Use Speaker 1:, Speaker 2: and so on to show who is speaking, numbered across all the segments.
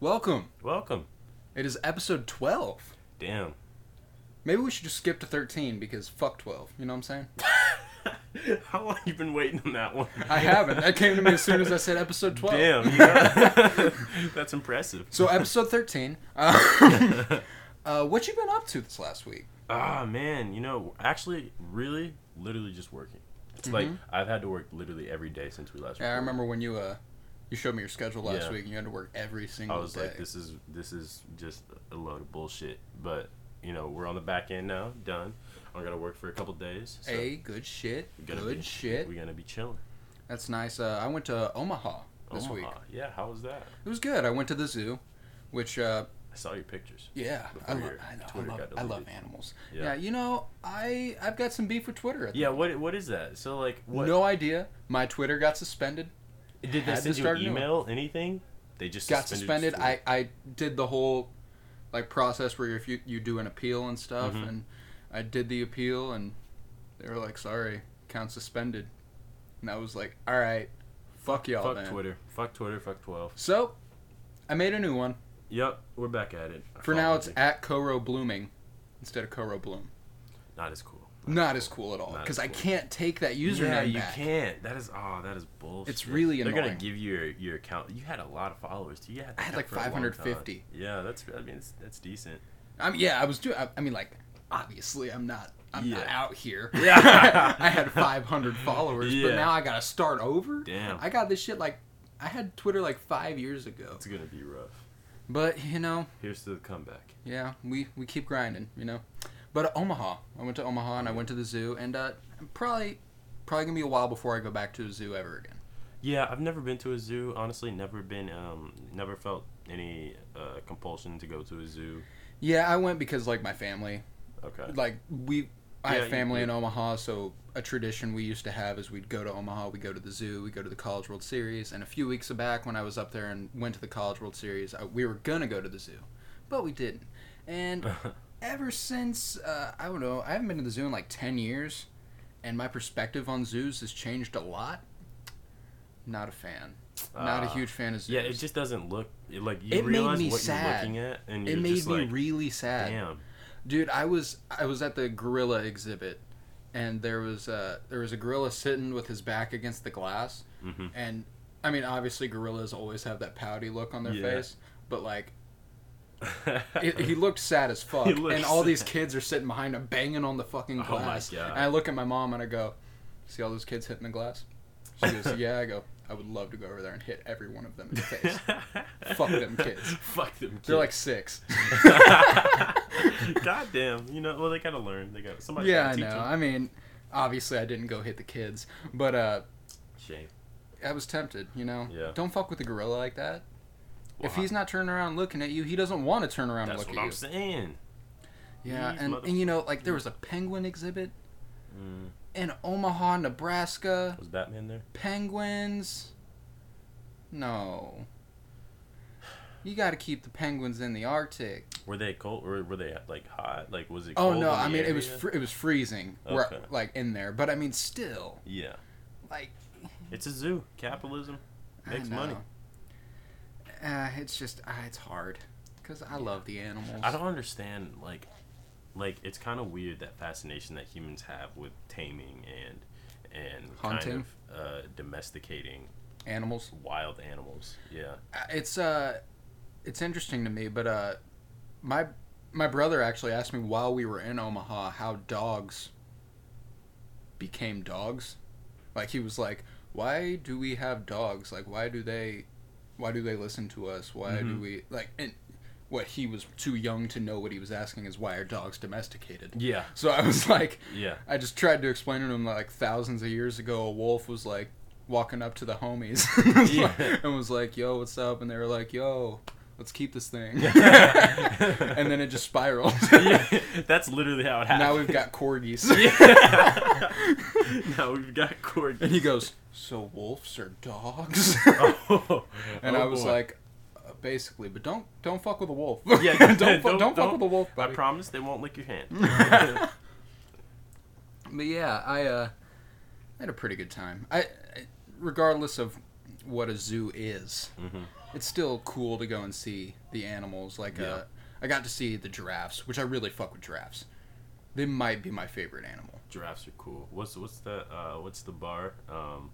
Speaker 1: Welcome.
Speaker 2: Welcome.
Speaker 1: It is episode 12.
Speaker 2: Damn.
Speaker 1: Maybe we should just skip to 13 because fuck 12. You know what I'm saying?
Speaker 2: How long you been waiting on that one?
Speaker 1: I haven't. That came to me as soon as I said episode 12.
Speaker 2: Damn. you got- That's impressive.
Speaker 1: So, episode 13. Um, uh, what you been up to this last week?
Speaker 2: Ah man, you know, actually, really, literally, just working. It's like I've had to work literally every day since we last.
Speaker 1: Mm-hmm. Yeah, I
Speaker 2: recorded.
Speaker 1: remember when you uh, you showed me your schedule last
Speaker 2: Yeah.
Speaker 1: week and you had to work every single
Speaker 2: I was
Speaker 1: day.
Speaker 2: like, this is this is just a load of bullshit. But you know, we're on the back end now. Done. I'm gonna work for a couple days. So
Speaker 1: hey, good shit.
Speaker 2: we're gonna
Speaker 1: Good
Speaker 2: be-
Speaker 1: shit.
Speaker 2: We're gonna be chilling.
Speaker 1: That's nice. Uh, I went to Omaha this
Speaker 2: Omaha.
Speaker 1: week.
Speaker 2: Yeah. How was that?
Speaker 1: It was good. I went to the zoo, which uh,
Speaker 2: I saw your pictures.
Speaker 1: yeah, I,
Speaker 2: Before
Speaker 1: lo-
Speaker 2: your
Speaker 1: I, know, I
Speaker 2: Twitter
Speaker 1: love
Speaker 2: got
Speaker 1: I love
Speaker 2: deleted.
Speaker 1: animals. Yeah.
Speaker 2: Yeah.
Speaker 1: you know, I I've got some beef with Twitter. At the
Speaker 2: Yeah. What What is that? So like, what?
Speaker 1: No idea. My Twitter got suspended.
Speaker 2: Did they
Speaker 1: had to
Speaker 2: send you
Speaker 1: start
Speaker 2: an
Speaker 1: a new one.
Speaker 2: email? Anything? They just
Speaker 1: Got suspended.
Speaker 2: Twitter.
Speaker 1: I, I did the whole like process where if you you do an appeal and stuff,
Speaker 2: Mhm.
Speaker 1: and I did the appeal, and they were like, "Sorry, account suspended," and I was like, "All right, fuck y'all,
Speaker 2: fuck
Speaker 1: man."
Speaker 2: Twitter. Fuck Twitter. Fuck twelve.
Speaker 1: So, I made a new one.
Speaker 2: Yep. We're back at it.
Speaker 1: For now, it's
Speaker 2: Apology.
Speaker 1: at Coro Blooming instead of Coro Bloom.
Speaker 2: not as cool.
Speaker 1: Not as cool at all
Speaker 2: Not
Speaker 1: because
Speaker 2: as
Speaker 1: I
Speaker 2: cool.
Speaker 1: can't take that username
Speaker 2: yeah, you
Speaker 1: back.
Speaker 2: can't. That is oh, that is bullshit.
Speaker 1: It's really
Speaker 2: They're
Speaker 1: annoying.
Speaker 2: gonna give you your, your account. You had a lot of followers. too. You had
Speaker 1: I had
Speaker 2: that
Speaker 1: like
Speaker 2: for a long
Speaker 1: 550.
Speaker 2: time. Yeah, that's. I mean, it's, that's decent.
Speaker 1: I mean, yeah, I was doing. I, I mean, like, obviously, I'm not. I'm not
Speaker 2: Yeah.
Speaker 1: out here.
Speaker 2: Yeah.
Speaker 1: I had 500 followers, but
Speaker 2: Yeah.
Speaker 1: now I gotta start over.
Speaker 2: Damn.
Speaker 1: I got this shit like. I had Twitter like five years ago.
Speaker 2: It's gonna be rough.
Speaker 1: But you know,
Speaker 2: Here's to the comeback.
Speaker 1: yeah, we we keep grinding. You know. But Omaha, I went to Omaha and I went to the zoo, and uh, I'm probably probably gonna be a while before I go back to the zoo ever again.
Speaker 2: Yeah, I've never been to a zoo. Honestly, never been. Um, never felt any uh, compulsion to go to a zoo.
Speaker 1: Yeah, I went because like my family
Speaker 2: Okay.
Speaker 1: like we I
Speaker 2: Yeah,
Speaker 1: have
Speaker 2: you-
Speaker 1: family
Speaker 2: you-
Speaker 1: in Omaha, so a tradition we used to have is we'd go to Omaha, we go to the zoo, we go to the College World Series, and a few weeks back when I was up there and went to the College World Series, I, we were gonna go to the zoo, but we didn't. And ever since uh, I don't know, I haven't been to the zoo in like ten years, and my perspective on zoos has changed a lot. Not a fan. Not a
Speaker 2: Ah.
Speaker 1: huge fan of zoos.
Speaker 2: Yeah, it just doesn't look it, like you
Speaker 1: It made
Speaker 2: realize
Speaker 1: me
Speaker 2: what
Speaker 1: sad.
Speaker 2: you're looking at, and you're
Speaker 1: it made
Speaker 2: just
Speaker 1: me
Speaker 2: like,
Speaker 1: really sad.
Speaker 2: damn.
Speaker 1: Dude, I was I was at the gorilla exhibit, and there was uh there was a gorilla sitting with his back against the glass,
Speaker 2: Mhm.
Speaker 1: and I mean obviously gorillas always have that pouty look on their
Speaker 2: Yeah.
Speaker 1: face, but like
Speaker 2: Mm-hmm.
Speaker 1: it, he looked sad as fuck,
Speaker 2: He looked
Speaker 1: and all these
Speaker 2: sad.
Speaker 1: kids are sitting behind him banging on the fucking
Speaker 2: Oh my
Speaker 1: glass.
Speaker 2: God.
Speaker 1: And I look at my mom and I go, "See all those kids hitting the glass?" She goes, "Yeah." I go, "I would love to go over there and hit every one of them in the face." Fuck them kids.
Speaker 2: Fuck them kids.
Speaker 1: They're like six.
Speaker 2: God damn. You know, well, they gotta learn. They got to somebody.
Speaker 1: yeah,
Speaker 2: Yeah,
Speaker 1: I know. I mean, obviously I didn't go hit the kids, but uh.
Speaker 2: Shame.
Speaker 1: I was tempted, you know.
Speaker 2: Yeah.
Speaker 1: Don't fuck with a gorilla like that. if
Speaker 2: Why?
Speaker 1: he's not turning around looking at you, he doesn't want to turn around
Speaker 2: that's
Speaker 1: and
Speaker 2: what
Speaker 1: look at
Speaker 2: I'm
Speaker 1: you.
Speaker 2: saying.
Speaker 1: Yeah,
Speaker 2: These
Speaker 1: and,
Speaker 2: mother-
Speaker 1: and you know, like there was a penguin exhibit
Speaker 2: Mm,
Speaker 1: in Omaha, Nebraska.
Speaker 2: was Batman there?
Speaker 1: Penguins. No. You got to keep the penguins in the Arctic.
Speaker 2: Were they cold or were they like hot? Like was it?
Speaker 1: Oh
Speaker 2: cold
Speaker 1: no,
Speaker 2: in the
Speaker 1: I mean it was
Speaker 2: area?
Speaker 1: fr- it was freezing, where-
Speaker 2: Okay.
Speaker 1: like in there. But I mean, still,
Speaker 2: yeah,
Speaker 1: like
Speaker 2: it's a zoo. Capitalism
Speaker 1: I
Speaker 2: makes money.
Speaker 1: know. Uh, it's just uh, it's hard because I love the animals.
Speaker 2: I don't understand like like it's kind of weird that fascination that humans have with taming and and
Speaker 1: Hunting?
Speaker 2: kind of uh, domesticating
Speaker 1: animals.
Speaker 2: wild animals. Yeah.
Speaker 1: Uh, it's uh it's interesting to me but uh my my brother actually asked me while we were in Omaha how dogs became dogs like he was like why do we have dogs like why do they why do they listen to us why do
Speaker 2: Mhm.
Speaker 1: we like and what he was too young to know what he was asking is why are dogs domesticated
Speaker 2: Yeah.
Speaker 1: so I was like
Speaker 2: Yeah.
Speaker 1: I just tried to explain to him like thousands of years ago, a wolf was like walking up to the homies
Speaker 2: Yeah.
Speaker 1: and was like, "Yo, what's up?" And they were like, "Yo, let's keep this thing." and then it just spiraled.
Speaker 2: That's literally how it happened.
Speaker 1: now we've got corgis.
Speaker 2: now we've got
Speaker 1: and
Speaker 2: corgi.
Speaker 1: he goes, "So wolves are dogs?"
Speaker 2: Oh,
Speaker 1: and
Speaker 2: oh
Speaker 1: I was
Speaker 2: boy.
Speaker 1: like, uh, "Basically, but don't don't fuck with a wolf.
Speaker 2: yeah,
Speaker 1: don't, fu- don't fuck with a wolf,
Speaker 2: I
Speaker 1: buddy."
Speaker 2: promise they won't lick your hand.
Speaker 1: But yeah, I uh,
Speaker 2: Mm-hmm.
Speaker 1: had a pretty good time. I, I regardless of what a zoo is, it's still cool to go and see the animals. Like
Speaker 2: Yeah.
Speaker 1: uh, I got to see the giraffes, which I really fuck with giraffes. They might be my favorite animal.
Speaker 2: Giraffes are cool. What's what's the uh, what's the bar? Um,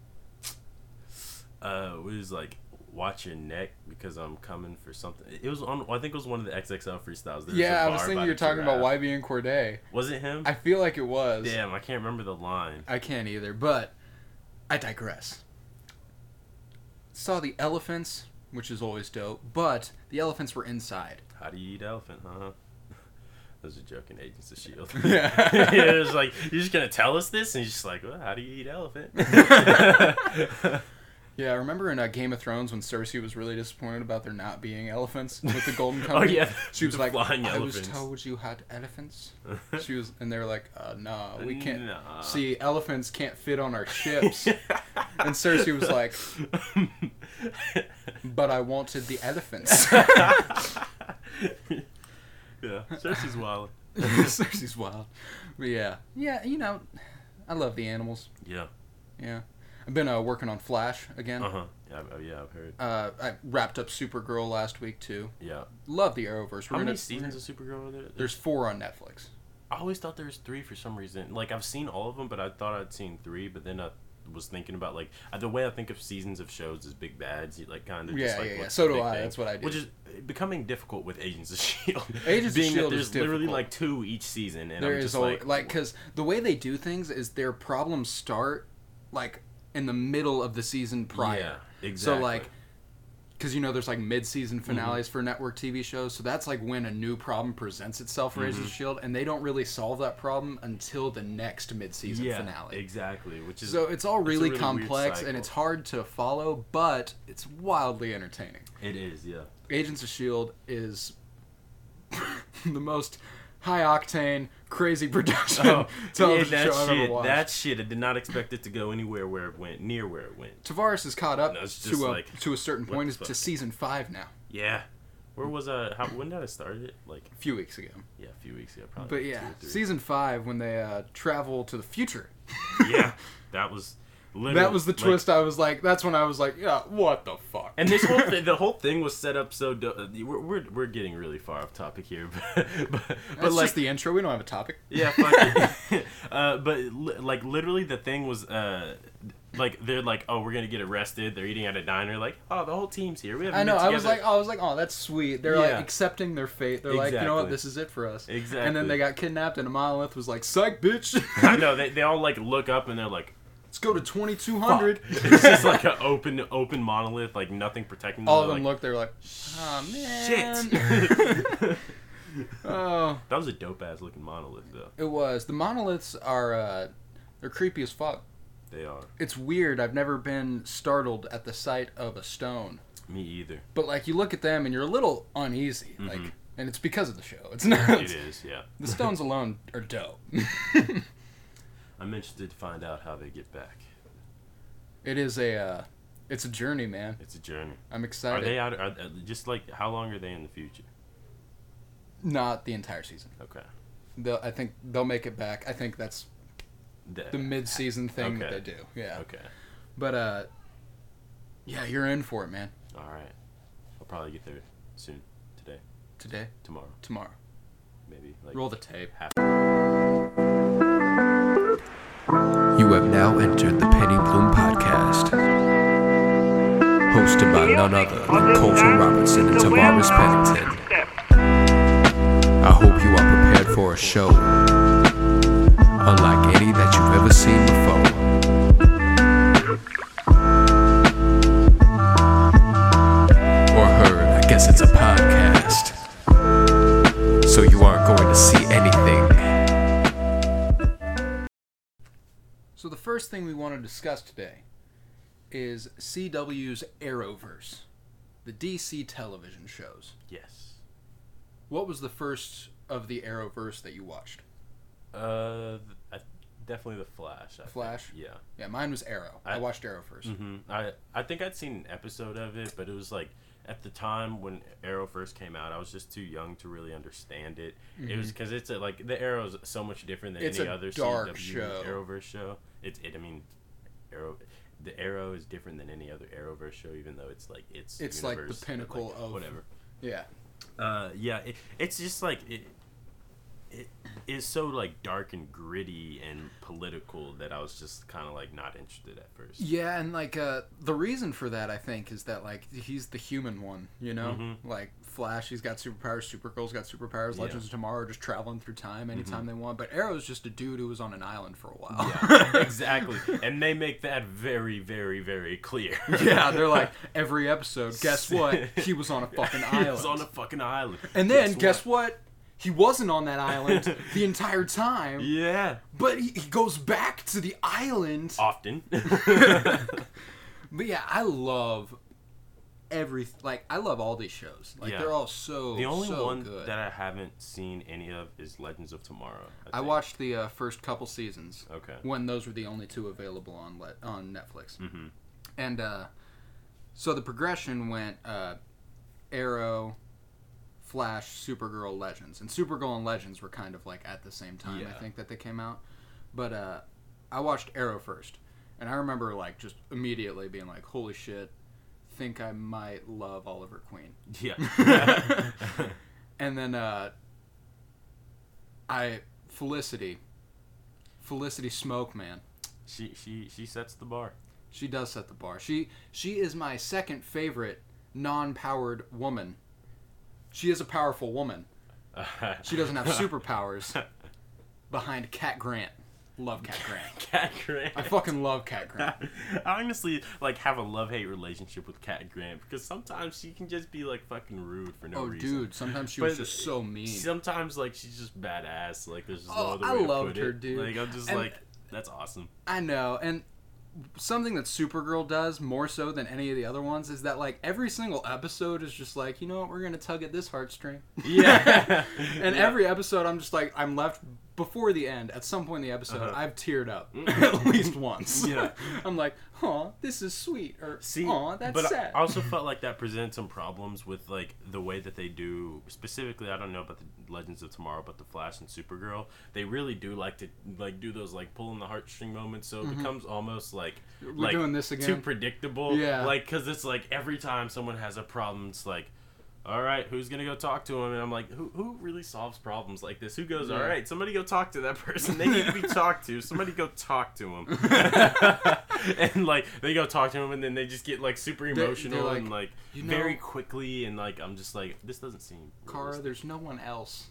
Speaker 2: uh, it was like watch your neck because I'm coming for something. It was on. I think it was one of the XXL freestyles. There was
Speaker 1: yeah,
Speaker 2: a
Speaker 1: I was
Speaker 2: bar
Speaker 1: thinking
Speaker 2: by
Speaker 1: you were
Speaker 2: the
Speaker 1: talking about
Speaker 2: giraffe.
Speaker 1: YB and Corday.
Speaker 2: Was it him?
Speaker 1: I feel like it was.
Speaker 2: Damn, I can't remember the line.
Speaker 1: I can't either, but I digress. Saw the elephants, which is always dope, but the elephants were inside.
Speaker 2: How do you eat elephant, huh? Those are joking agents of Shield.
Speaker 1: Yeah.
Speaker 2: E it was like you're just gonna tell us this, and he's just like, well, how do you eat elephant?
Speaker 1: Yeah, I remember in uh, Game of Thrones when Cersei was really disappointed about there not being elephants with the Golden
Speaker 2: Oh,
Speaker 1: Company.
Speaker 2: yeah,
Speaker 1: she was
Speaker 2: the
Speaker 1: like,
Speaker 2: flying
Speaker 1: "I
Speaker 2: elephants."
Speaker 1: was told you had elephants." She was, and they were like, uh, "No, we can't.
Speaker 2: Nah.
Speaker 1: See, elephants can't fit on our ships." and Cersei was like, "But I wanted the elephants."
Speaker 2: yeah, Cersei's wild.
Speaker 1: Cersei's wild, but yeah, yeah, you know, I love the animals.
Speaker 2: Yeah.
Speaker 1: Yeah, I've been uh, working on Flash again.
Speaker 2: Uh huh. Yeah, I've- yeah, I've heard.
Speaker 1: Uh, I wrapped up Supergirl last week too.
Speaker 2: Yeah.
Speaker 1: Love the Arrowverse. We're
Speaker 2: How many
Speaker 1: gonna-
Speaker 2: seasons of Supergirl are there?
Speaker 1: There's four on Netflix.
Speaker 2: I always thought there was three for some reason. Like I've seen all of them, but I thought I'd seen three. But then I was thinking about like uh, the way I think of seasons of shows is big bads, you- like kind of
Speaker 1: Yeah,
Speaker 2: just like
Speaker 1: yeah, yeah.
Speaker 2: what's
Speaker 1: So do
Speaker 2: the big
Speaker 1: I. That's what I do.
Speaker 2: Which is uh, becoming difficult with Agents of Shield.
Speaker 1: Agents of
Speaker 2: E Being that
Speaker 1: S.H.I.E.L.D.
Speaker 2: there's
Speaker 1: E is
Speaker 2: literally
Speaker 1: difficult.
Speaker 2: like two each season, and
Speaker 1: There
Speaker 2: I'm
Speaker 1: is
Speaker 2: just
Speaker 1: al-
Speaker 2: like
Speaker 1: like
Speaker 2: wh-
Speaker 1: because the way they do things is their problems start like in the middle of the season prior.
Speaker 2: Yeah,
Speaker 1: So like,
Speaker 2: exactly. Mm-hmm.
Speaker 1: because you know there's like mid-season finales for network TV shows, so that's like when a new problem presents itself
Speaker 2: Mm-hmm.
Speaker 1: for Agents of Shield, and they don't really solve that problem until the next mid-season
Speaker 2: yeah,
Speaker 1: finale.
Speaker 2: exactly. Which is
Speaker 1: So it's all
Speaker 2: it's a
Speaker 1: really,
Speaker 2: really weird
Speaker 1: complex and
Speaker 2: cycle.
Speaker 1: it's hard to follow, but it's wildly entertaining.
Speaker 2: it is yeah.
Speaker 1: Agents of S.H.I.E.L.D. E is the most high octane, crazy production television
Speaker 2: Oh, yeah, that
Speaker 1: show I've
Speaker 2: shit,
Speaker 1: ever watched.
Speaker 2: that shit. I did not expect it to go anywhere where it went, near where it went.
Speaker 1: Tavares is caught up
Speaker 2: No, it's just
Speaker 1: to, a,
Speaker 2: like,
Speaker 1: to a certain
Speaker 2: what
Speaker 1: point It's
Speaker 2: the
Speaker 1: to
Speaker 2: fuck?
Speaker 1: season five now,
Speaker 2: Yeah. Where was I? How, when did I start it? Like,
Speaker 1: a few weeks ago.
Speaker 2: yeah, a few weeks ago, probably.
Speaker 1: But
Speaker 2: like
Speaker 1: yeah,
Speaker 2: two or three.
Speaker 1: season five when they uh, travel to the future.
Speaker 2: yeah, that was. Literally,
Speaker 1: That was the
Speaker 2: like-
Speaker 1: twist. I was like, that's when I was like, yeah, what the fuck?
Speaker 2: and this whole thing, the whole thing was set up so. Do- we're, we're we're getting really far off topic here, but but, but
Speaker 1: that's
Speaker 2: like
Speaker 1: just the intro. We don't have a topic.
Speaker 2: Yeah, fuck it. uh, but li- like literally, the thing was uh, like they're like, oh, we're gonna get arrested. They're eating at a diner. Like, oh, the whole team's here. We haven't.
Speaker 1: I know.
Speaker 2: Been
Speaker 1: I was like,
Speaker 2: together."
Speaker 1: I was like, oh, that's sweet. They're
Speaker 2: Yeah.
Speaker 1: like accepting their fate. They're like, you know what,
Speaker 2: Exactly.
Speaker 1: this is it for us. And
Speaker 2: Exactly.
Speaker 1: then they got kidnapped, and Monolith was like, psych, bitch.
Speaker 2: I know they, they all like look up and they're like,
Speaker 1: Let's go to twenty two hundred.
Speaker 2: it's just like an open open monolith, like nothing protecting them.
Speaker 1: All of
Speaker 2: They're
Speaker 1: them
Speaker 2: like,
Speaker 1: look. They're like, oh man.
Speaker 2: Shit.
Speaker 1: oh,
Speaker 2: that was a dope ass looking monolith though.
Speaker 1: it was. The monoliths are uh, they're creepy as fuck.
Speaker 2: They are.
Speaker 1: It's weird. I've never been startled at the sight of a stone.
Speaker 2: Me either.
Speaker 1: But like, you look at them and you're a little uneasy. Like, and it's because of the show. It's not.
Speaker 2: Mm-hmm. It is. Yeah.
Speaker 1: The stones alone are dope.
Speaker 2: I'm interested to find out how they get back.
Speaker 1: it is a, uh, it's a journey, man.
Speaker 2: It's a journey.
Speaker 1: I'm
Speaker 2: Are
Speaker 1: excited.
Speaker 2: they out? Are, uh, just like how long are they in the future?
Speaker 1: Not the entire season.
Speaker 2: Okay.
Speaker 1: They'll, I think they'll make it back. I think that's
Speaker 2: The-
Speaker 1: the mid-season thing that they do.
Speaker 2: Okay.
Speaker 1: Yeah.
Speaker 2: okay.
Speaker 1: But uh, yeah, you're in for it, man.
Speaker 2: All right. I'll probably get there soon. Today,
Speaker 1: Today,
Speaker 2: tomorrow,
Speaker 1: tomorrow.
Speaker 2: maybe. Like
Speaker 1: Roll the tape.
Speaker 2: half.
Speaker 3: You have now entered the Penny Bloom Podcast, hosted by none other than Colton Robinson and Tavares Pennington. I hope you are prepared for a show unlike any that you've ever seen before. Or heard, I guess it's a podcast. So you aren't going to see anything.
Speaker 1: So the first thing we want to discuss today is CW's Arrowverse, the DC television shows.
Speaker 2: Yes.
Speaker 1: What was the first of the Arrowverse that you watched?
Speaker 2: Uh, I, definitely the Flash. I think.
Speaker 1: Flash?
Speaker 2: Yeah.
Speaker 1: Yeah, mine was Arrow. I, Mm.
Speaker 2: I-
Speaker 1: watched Arrow 1st
Speaker 2: hmm I I think I'd seen an episode of it, but it was like at the time when Arrow first came out, I was just too young to really understand it. It was because it's a, like the Arrow's so much different than
Speaker 1: Mm-hmm. It's
Speaker 2: any
Speaker 1: a
Speaker 2: other
Speaker 1: dark
Speaker 2: CW
Speaker 1: show.
Speaker 2: Arrowverse show. It's it. I mean, Arrow. the Arrow is different than any other Arrowverse show, even though it's like it's
Speaker 1: It's like the
Speaker 2: universe, but,
Speaker 1: pinnacle of-
Speaker 2: whatever.
Speaker 1: Yeah.
Speaker 2: Uh, yeah, it, it's just like it, it is so like dark and gritty and political that I was just kind of like not interested at first.
Speaker 1: Yeah, and like uh, the reason for that, I think, is that like he's the human one, you know.
Speaker 2: Mhm.
Speaker 1: Like Flash, he's got superpowers. Supergirl's got superpowers.
Speaker 2: Yeah. Mm-hmm.
Speaker 1: Legends of Tomorrow are just traveling through time anytime they want. But Arrow's just a dude who was on an island for a while.
Speaker 2: Yeah, exactly, and they make that very, very, very clear.
Speaker 1: Yeah, they're like every episode. Guess what? He was on a fucking
Speaker 2: He
Speaker 1: island.
Speaker 2: was on a fucking island.
Speaker 1: and then guess, what? He wasn't on that island the entire time.
Speaker 2: Yeah,
Speaker 1: But he, he goes back to the island.
Speaker 2: often.
Speaker 1: But yeah, I love every like I love all these shows. Like
Speaker 2: Yeah.
Speaker 1: they're all so
Speaker 2: the only
Speaker 1: so
Speaker 2: one
Speaker 1: good.
Speaker 2: that I haven't seen any of is Legends of Tomorrow.
Speaker 1: I
Speaker 2: think.
Speaker 1: watched the uh, first couple seasons.
Speaker 2: Okay.
Speaker 1: When those were the only two available on let on Netflix. Mm-hmm. And uh, so the progression went uh, Arrow, Flash, Supergirl, Legends, and Supergirl and Legends were kind of like at the same time. I
Speaker 2: Yeah.
Speaker 1: think that they came out, but uh, I watched Arrow first, and I remember like just immediately being like, "Holy shit!" Think I might love Oliver Queen.
Speaker 2: Yeah.
Speaker 1: And then uh I Felicity. Felicity Smoke Man.
Speaker 2: she she she sets the bar.
Speaker 1: She does set the bar. She she is my second favorite non-powered woman. She is a powerful woman. She doesn't have superpowers. Behind Cat Grant. Love Cat Grant.
Speaker 2: Cat Grant.
Speaker 1: I fucking love Cat Grant.
Speaker 2: I honestly like have a love hate relationship with Cat Grant because sometimes she can just be like fucking rude for no
Speaker 1: Oh
Speaker 2: reason.
Speaker 1: dude, sometimes she
Speaker 2: But
Speaker 1: was just so mean.
Speaker 2: Sometimes like she's just badass. Like there's just
Speaker 1: Oh,
Speaker 2: no other
Speaker 1: I
Speaker 2: way to
Speaker 1: loved
Speaker 2: put
Speaker 1: her,
Speaker 2: it.
Speaker 1: dude.
Speaker 2: Like I'm just
Speaker 1: And-
Speaker 2: like that's awesome.
Speaker 1: I know, and something that Supergirl does more so than any of the other ones is that like every single episode is just like, you know what, we're gonna tug at this heartstring.
Speaker 2: Yeah.
Speaker 1: And every episode, I'm just like, I'm left before the end. At some point in the episode,
Speaker 2: Uh-huh.
Speaker 1: I've teared up at least once.
Speaker 2: Yeah.
Speaker 1: I'm like, oh, this is sweet, or
Speaker 2: See,
Speaker 1: oh, that's
Speaker 2: but
Speaker 1: sad.
Speaker 2: I also felt like that presented some problems with like the way that they do. Specifically, I don't know about the Legends of Tomorrow, but the Flash and Supergirl, they really do like to like do those like pulling the heartstring moments. So it becomes almost like we're like,
Speaker 1: Mm-hmm. doing this
Speaker 2: Too
Speaker 1: again.
Speaker 2: predictable.
Speaker 1: Yeah.
Speaker 2: Like because it's like every time someone has a problem, it's like. All right, who's gonna go talk to him? And I'm like, who who really solves problems like this? Who goes? All
Speaker 1: Yeah.
Speaker 2: right, somebody go talk to that person. They need to be talked to. Somebody go talk to him. and like they go talk to him, and then they just get like super
Speaker 1: they're
Speaker 2: emotional and
Speaker 1: like,
Speaker 2: like
Speaker 1: "You
Speaker 2: very
Speaker 1: know-
Speaker 2: quickly, and like I'm just like this doesn't seem.
Speaker 1: Kara,
Speaker 2: realistic."
Speaker 1: there's no one else.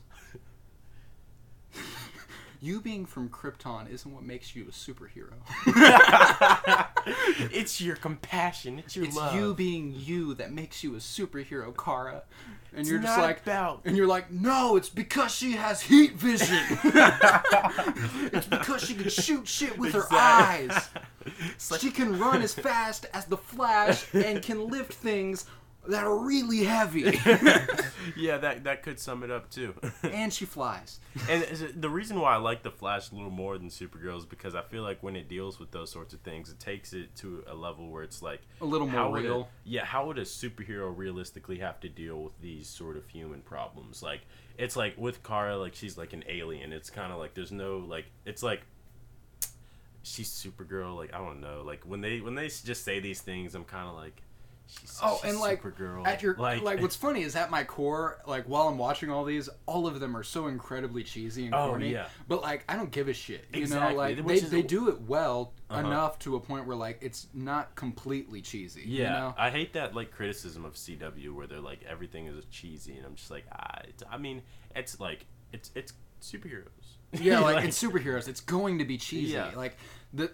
Speaker 1: you being from Krypton isn't what makes you a superhero.
Speaker 2: it's your compassion. It's your
Speaker 1: It's
Speaker 2: love.
Speaker 1: you being you that makes you a superhero, Kara. And
Speaker 2: It's
Speaker 1: you're just
Speaker 2: not
Speaker 1: like
Speaker 2: about-
Speaker 1: and you're like, no, it's because she has heat vision. it's because she can shoot shit with her
Speaker 2: Exact-
Speaker 1: eyes.
Speaker 2: It's like-
Speaker 1: She can run as fast as the Flash and can lift things that are really heavy.
Speaker 2: yeah, that that could sum it up too.
Speaker 1: and she flies.
Speaker 2: and is it- the reason why I like the Flash a little more than Supergirl is because I feel like when it deals with those sorts of things, it takes it to a level where it's like
Speaker 1: A little more
Speaker 2: how would a-
Speaker 1: real.
Speaker 2: yeah, how would a superhero realistically have to deal with these sort of human problems? Like it's like with Kara, like she's like an alien. It's kind of like there's no like it's like she's Supergirl. Like I don't know. Like when they when they s- just say these things, I'm kind of like. She's,
Speaker 1: Oh,
Speaker 2: she's
Speaker 1: and like
Speaker 2: Supergirl.
Speaker 1: at your like, what's funny is at my core, like while I'm watching all these, all of them are so incredibly cheesy and
Speaker 2: Oh,
Speaker 1: corny.
Speaker 2: yeah.
Speaker 1: But like I don't give a shit. You
Speaker 2: Exactly,
Speaker 1: know, like
Speaker 2: which
Speaker 1: they,
Speaker 2: is- Uh-huh.
Speaker 1: they do it well enough to a point where like it's not completely cheesy. you
Speaker 2: Yeah,
Speaker 1: know?
Speaker 2: I hate that like criticism of CW where they're like everything is cheesy, and I'm just like, ah, it's, I mean, it's like it's it's superheroes.
Speaker 1: Yeah, like, in superheroes, it's going to be cheesy.
Speaker 2: Yeah.
Speaker 1: Like the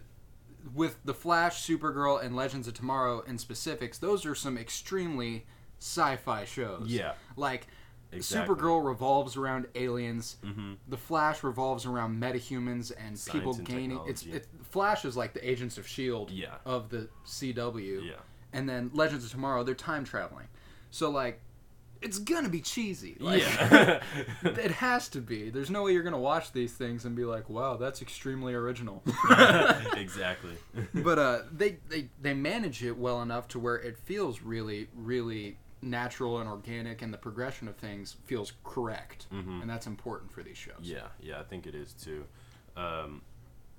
Speaker 1: with the Flash, Supergirl, and Legends of Tomorrow in specifics, those are some extremely sci-fi shows.
Speaker 2: Yeah.
Speaker 1: like
Speaker 2: Exactly. Mm-hmm.
Speaker 1: Supergirl revolves around aliens. The Flash revolves around metahumans and people
Speaker 2: and
Speaker 1: gaining. It's
Speaker 2: technology.
Speaker 1: it, Flash is like the Agents of Shield
Speaker 2: Yeah.
Speaker 1: E of the CW.
Speaker 2: Yeah.
Speaker 1: and then Legends of Tomorrow, they're time traveling. So like, it's gonna be cheesy. Like,
Speaker 2: yeah,
Speaker 1: it has to be. There's no way you're gonna watch these things and be like, "Wow, that's extremely original."
Speaker 2: exactly.
Speaker 1: but uh, they they they manage it well enough to where it feels really really natural and organic, and the progression of things feels correct, and that's important for these shows.
Speaker 2: Mm-hmm. Yeah, yeah, I think it is too. Um,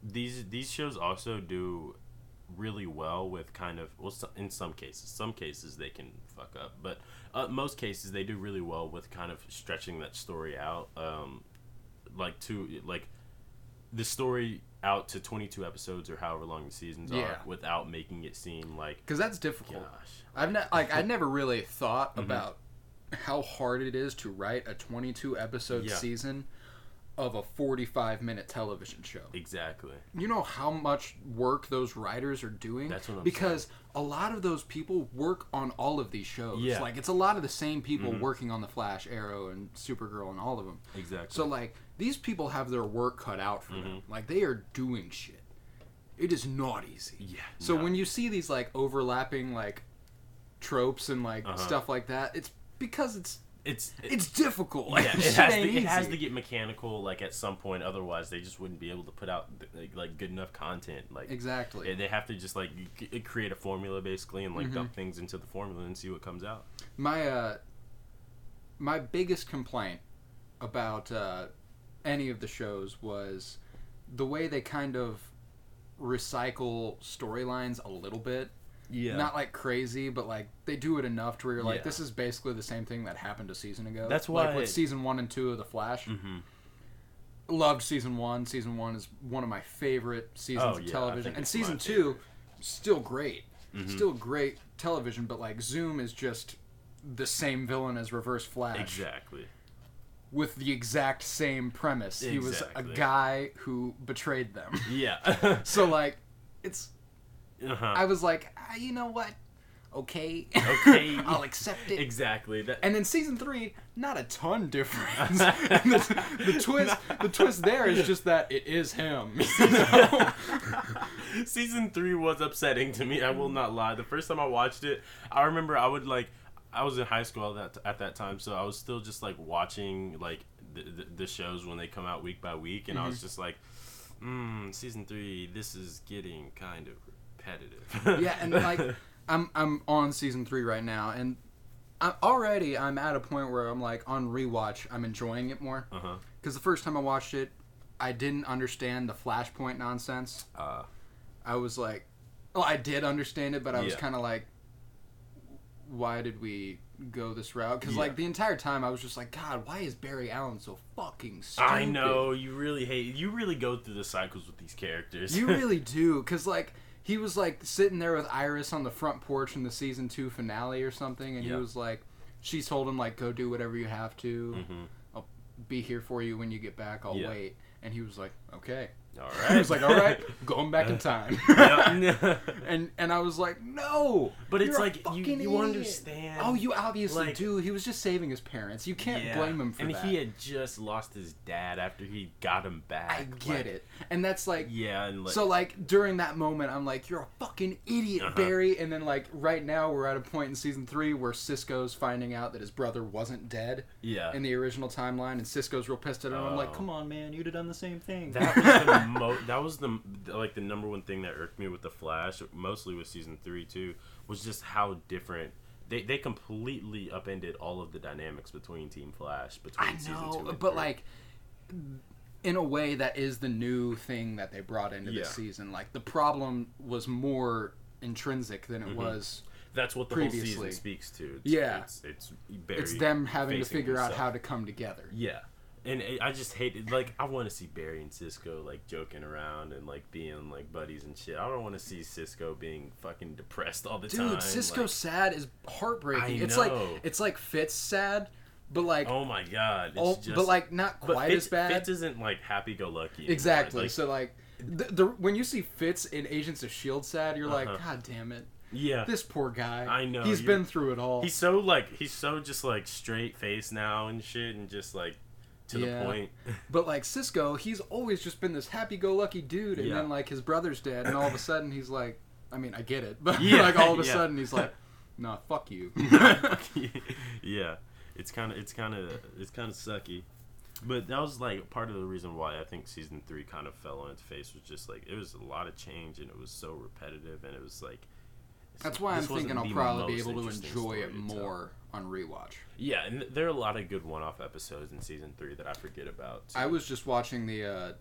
Speaker 2: these these shows also do really well with kind of well so- in some cases some cases they can fuck up but uh, most cases they do really well with kind of stretching that story out um, like to like the story out to 22 episodes or however long the seasons
Speaker 1: Yeah.
Speaker 2: are without making it seem like
Speaker 1: because that's difficult.
Speaker 2: gosh
Speaker 1: I've ne- like I never really thought
Speaker 2: Mm-hmm.
Speaker 1: about how hard it is to write a 22 episode
Speaker 2: Yeah.
Speaker 1: season of a 45 minute television show.
Speaker 2: exactly
Speaker 1: You know how much work those writers are doing
Speaker 2: That's what I'm
Speaker 1: because a lot of those people work on all of these shows.
Speaker 2: Yeah. Mm-hmm.
Speaker 1: Like it's a lot of the same people working on the Flash, Arrow, and Supergirl, and all of them.
Speaker 2: exactly Mm-hmm.
Speaker 1: So like these people have their work cut out for them. Like they are doing shit. It is not easy.
Speaker 2: Yeah,
Speaker 1: So
Speaker 2: no.
Speaker 1: when you see these like overlapping like tropes and like
Speaker 2: Uh-huh.
Speaker 1: stuff like that, it's because it's
Speaker 2: it's
Speaker 1: it's difficult.
Speaker 2: Yeah,
Speaker 1: Like,
Speaker 2: it
Speaker 1: shit
Speaker 2: has, to,
Speaker 1: ain't
Speaker 2: it has
Speaker 1: easy.
Speaker 2: to get mechanical like at some point otherwise they just wouldn't be able to put out like, like good enough content like
Speaker 1: Exactly.
Speaker 2: they- they have to just like c- create a formula basically and like
Speaker 1: Mm-hmm.
Speaker 2: dump things into the formula and see what comes out
Speaker 1: my uh my biggest complaint about uh any of the shows was the way they kind of recycle storylines a little bit
Speaker 2: yeah
Speaker 1: not like crazy, but like they do it enough to where you're like,
Speaker 2: Yeah.
Speaker 1: this is basically the same thing that happened a season ago.
Speaker 2: That's
Speaker 1: like
Speaker 2: why-
Speaker 1: with season one and two of The Flash.
Speaker 2: Mhm.
Speaker 1: Loved season one. Season one is one of my favorite seasons
Speaker 2: Oh,
Speaker 1: of
Speaker 2: yeah, I
Speaker 1: television,
Speaker 2: think
Speaker 1: and
Speaker 2: it's my
Speaker 1: season
Speaker 2: Mm-hmm.
Speaker 1: two, still great, still great television. But like Zoom is just the same villain as Reverse Flash
Speaker 2: exactly
Speaker 1: with the exact same premise. He was a
Speaker 2: Exactly.
Speaker 1: guy who betrayed them.
Speaker 2: yeah
Speaker 1: so like, it's I
Speaker 2: uh-huh.
Speaker 1: was like, ah, you know what? Okay.
Speaker 2: Okay.
Speaker 1: I'll accept it.
Speaker 2: exactly that
Speaker 1: And then season three, not a ton difference. And the, the twist, the twist there is just that it is him. you know?
Speaker 2: season three was upsetting to me. I will not lie. The first time I watched it, I remember I would like I was in high school at that at that time, so I was still just like watching like the the, the shows when they come out week by week, and I
Speaker 1: Mm-hmm.
Speaker 2: was just like, mm, season three, this is getting kind of repetitive.
Speaker 1: yeah, and like, I'm I'm on season three right now, and I, already I'm at a point where I'm like on rewatch, I'm enjoying it more
Speaker 2: uh-huh.
Speaker 1: because the first time I watched it, I didn't understand the Flashpoint nonsense.
Speaker 2: uh
Speaker 1: I was like, well, I did understand it, but I was
Speaker 2: Yeah.
Speaker 1: kind of like, why did we go this route? Because
Speaker 2: Yeah.
Speaker 1: like the entire time, I was just like, God, why is Barry Allen so fucking stupid?
Speaker 2: I know you really hate. You really go through the cycles with these characters.
Speaker 1: you really do. Because like he was like sitting there with Iris on the front porch in the season two finale or something, and he
Speaker 2: Yeah.
Speaker 1: was like, she told him like, go do whatever you have to. I'll be here for you when you get back. I'll
Speaker 2: Mm-hmm. Yeah.
Speaker 1: wait. And he was like, okay.
Speaker 2: all
Speaker 1: He
Speaker 2: right.
Speaker 1: was like, all right, going back in time.
Speaker 2: Yep.
Speaker 1: and and I was like, no.
Speaker 2: But it's
Speaker 1: you're a
Speaker 2: like, you-
Speaker 1: fucking
Speaker 2: you
Speaker 1: idiot."
Speaker 2: understand.
Speaker 1: Oh, you obviously
Speaker 2: Like-
Speaker 1: do. He was just saving his parents. You can't blame him for
Speaker 2: and
Speaker 1: that.
Speaker 2: he had just lost his dad after he got him back.
Speaker 1: I get
Speaker 2: like,
Speaker 1: it, and that's like.
Speaker 2: Yeah, and like,
Speaker 1: So like during that moment, I'm like, "You're a fucking idiot,
Speaker 2: Uh-huh.
Speaker 1: Barry." And then like right now, we're at a point in season three where Cisco's finding out that his brother wasn't dead
Speaker 2: yeah,
Speaker 1: in the original timeline, and Cisco's real pissed at him. I'm like,
Speaker 2: Oh.
Speaker 1: "Come on, man, you'd have done the same thing."
Speaker 2: that was the mo- that was the like the number one thing that irked me with the Flash, mostly with season three too, was just how different they they completely upended all of the dynamics between Team Flash between
Speaker 1: I
Speaker 2: season two.
Speaker 1: know,
Speaker 2: and
Speaker 1: but
Speaker 2: three.
Speaker 1: like, in a way, that is the new thing that they brought into this
Speaker 2: Yeah.
Speaker 1: season. Like, the problem was more intrinsic than it
Speaker 2: Mm-hmm.
Speaker 1: was.
Speaker 2: that's what the whole
Speaker 1: previously.
Speaker 2: season speaks to. It's,
Speaker 1: Yeah.
Speaker 2: it's it's, Barry
Speaker 1: it's them having to
Speaker 2: facing
Speaker 1: figure out
Speaker 2: himself.
Speaker 1: how to come together.
Speaker 2: Yeah. And it, I just hate it. Like, I want to see Barry and Cisco, like, joking around and, like, being, like, buddies and shit. I don't want to see Cisco being fucking depressed all the
Speaker 1: Dude,
Speaker 2: time.
Speaker 1: Cisco
Speaker 2: like,
Speaker 1: sad is heartbreaking.
Speaker 2: I
Speaker 1: it's
Speaker 2: know.
Speaker 1: like it's like Fitz sad, but like
Speaker 2: Oh my god. It's
Speaker 1: all,
Speaker 2: just.
Speaker 1: but like not
Speaker 2: but
Speaker 1: quite
Speaker 2: Fitz,
Speaker 1: as bad.
Speaker 2: Fitz isn't, like, happy go lucky.
Speaker 1: exactly.
Speaker 2: Like,
Speaker 1: so like. The, the, when you see Fitz in Agents of Shield, E sad, you're like,
Speaker 2: Uh-huh.
Speaker 1: God damn it,
Speaker 2: yeah.
Speaker 1: this poor guy.
Speaker 2: I know,
Speaker 1: he's
Speaker 2: you-
Speaker 1: been through it all.
Speaker 2: He's so, like, he's so just, like, straight face now and shit and just, like, to
Speaker 1: Yeah.
Speaker 2: the point.
Speaker 1: But like Cisco, he's always just been this happy-go-lucky dude, and
Speaker 2: Yeah.
Speaker 1: then like his brother's dead, and all of a sudden he's like, I mean, I get it, but
Speaker 2: Yeah,
Speaker 1: like all of a
Speaker 2: yeah.
Speaker 1: sudden he's like, Nah, fuck you.
Speaker 2: yeah, it's kind of it's kind of it's kind of sucky. But that was like part of the reason why I think season three kind of fell on its face was just like it was a lot of change and it was so repetitive and it was like.
Speaker 1: That's why I'm
Speaker 2: this wasn't
Speaker 1: thinking I'll
Speaker 2: the
Speaker 1: probably be
Speaker 2: most
Speaker 1: able to
Speaker 2: interesting
Speaker 1: enjoy
Speaker 2: story
Speaker 1: it
Speaker 2: to tell.
Speaker 1: more on rewatch.
Speaker 2: Yeah, and there are a lot of good one-off episodes in season three that I forget about. too.
Speaker 1: I was just watching the uh,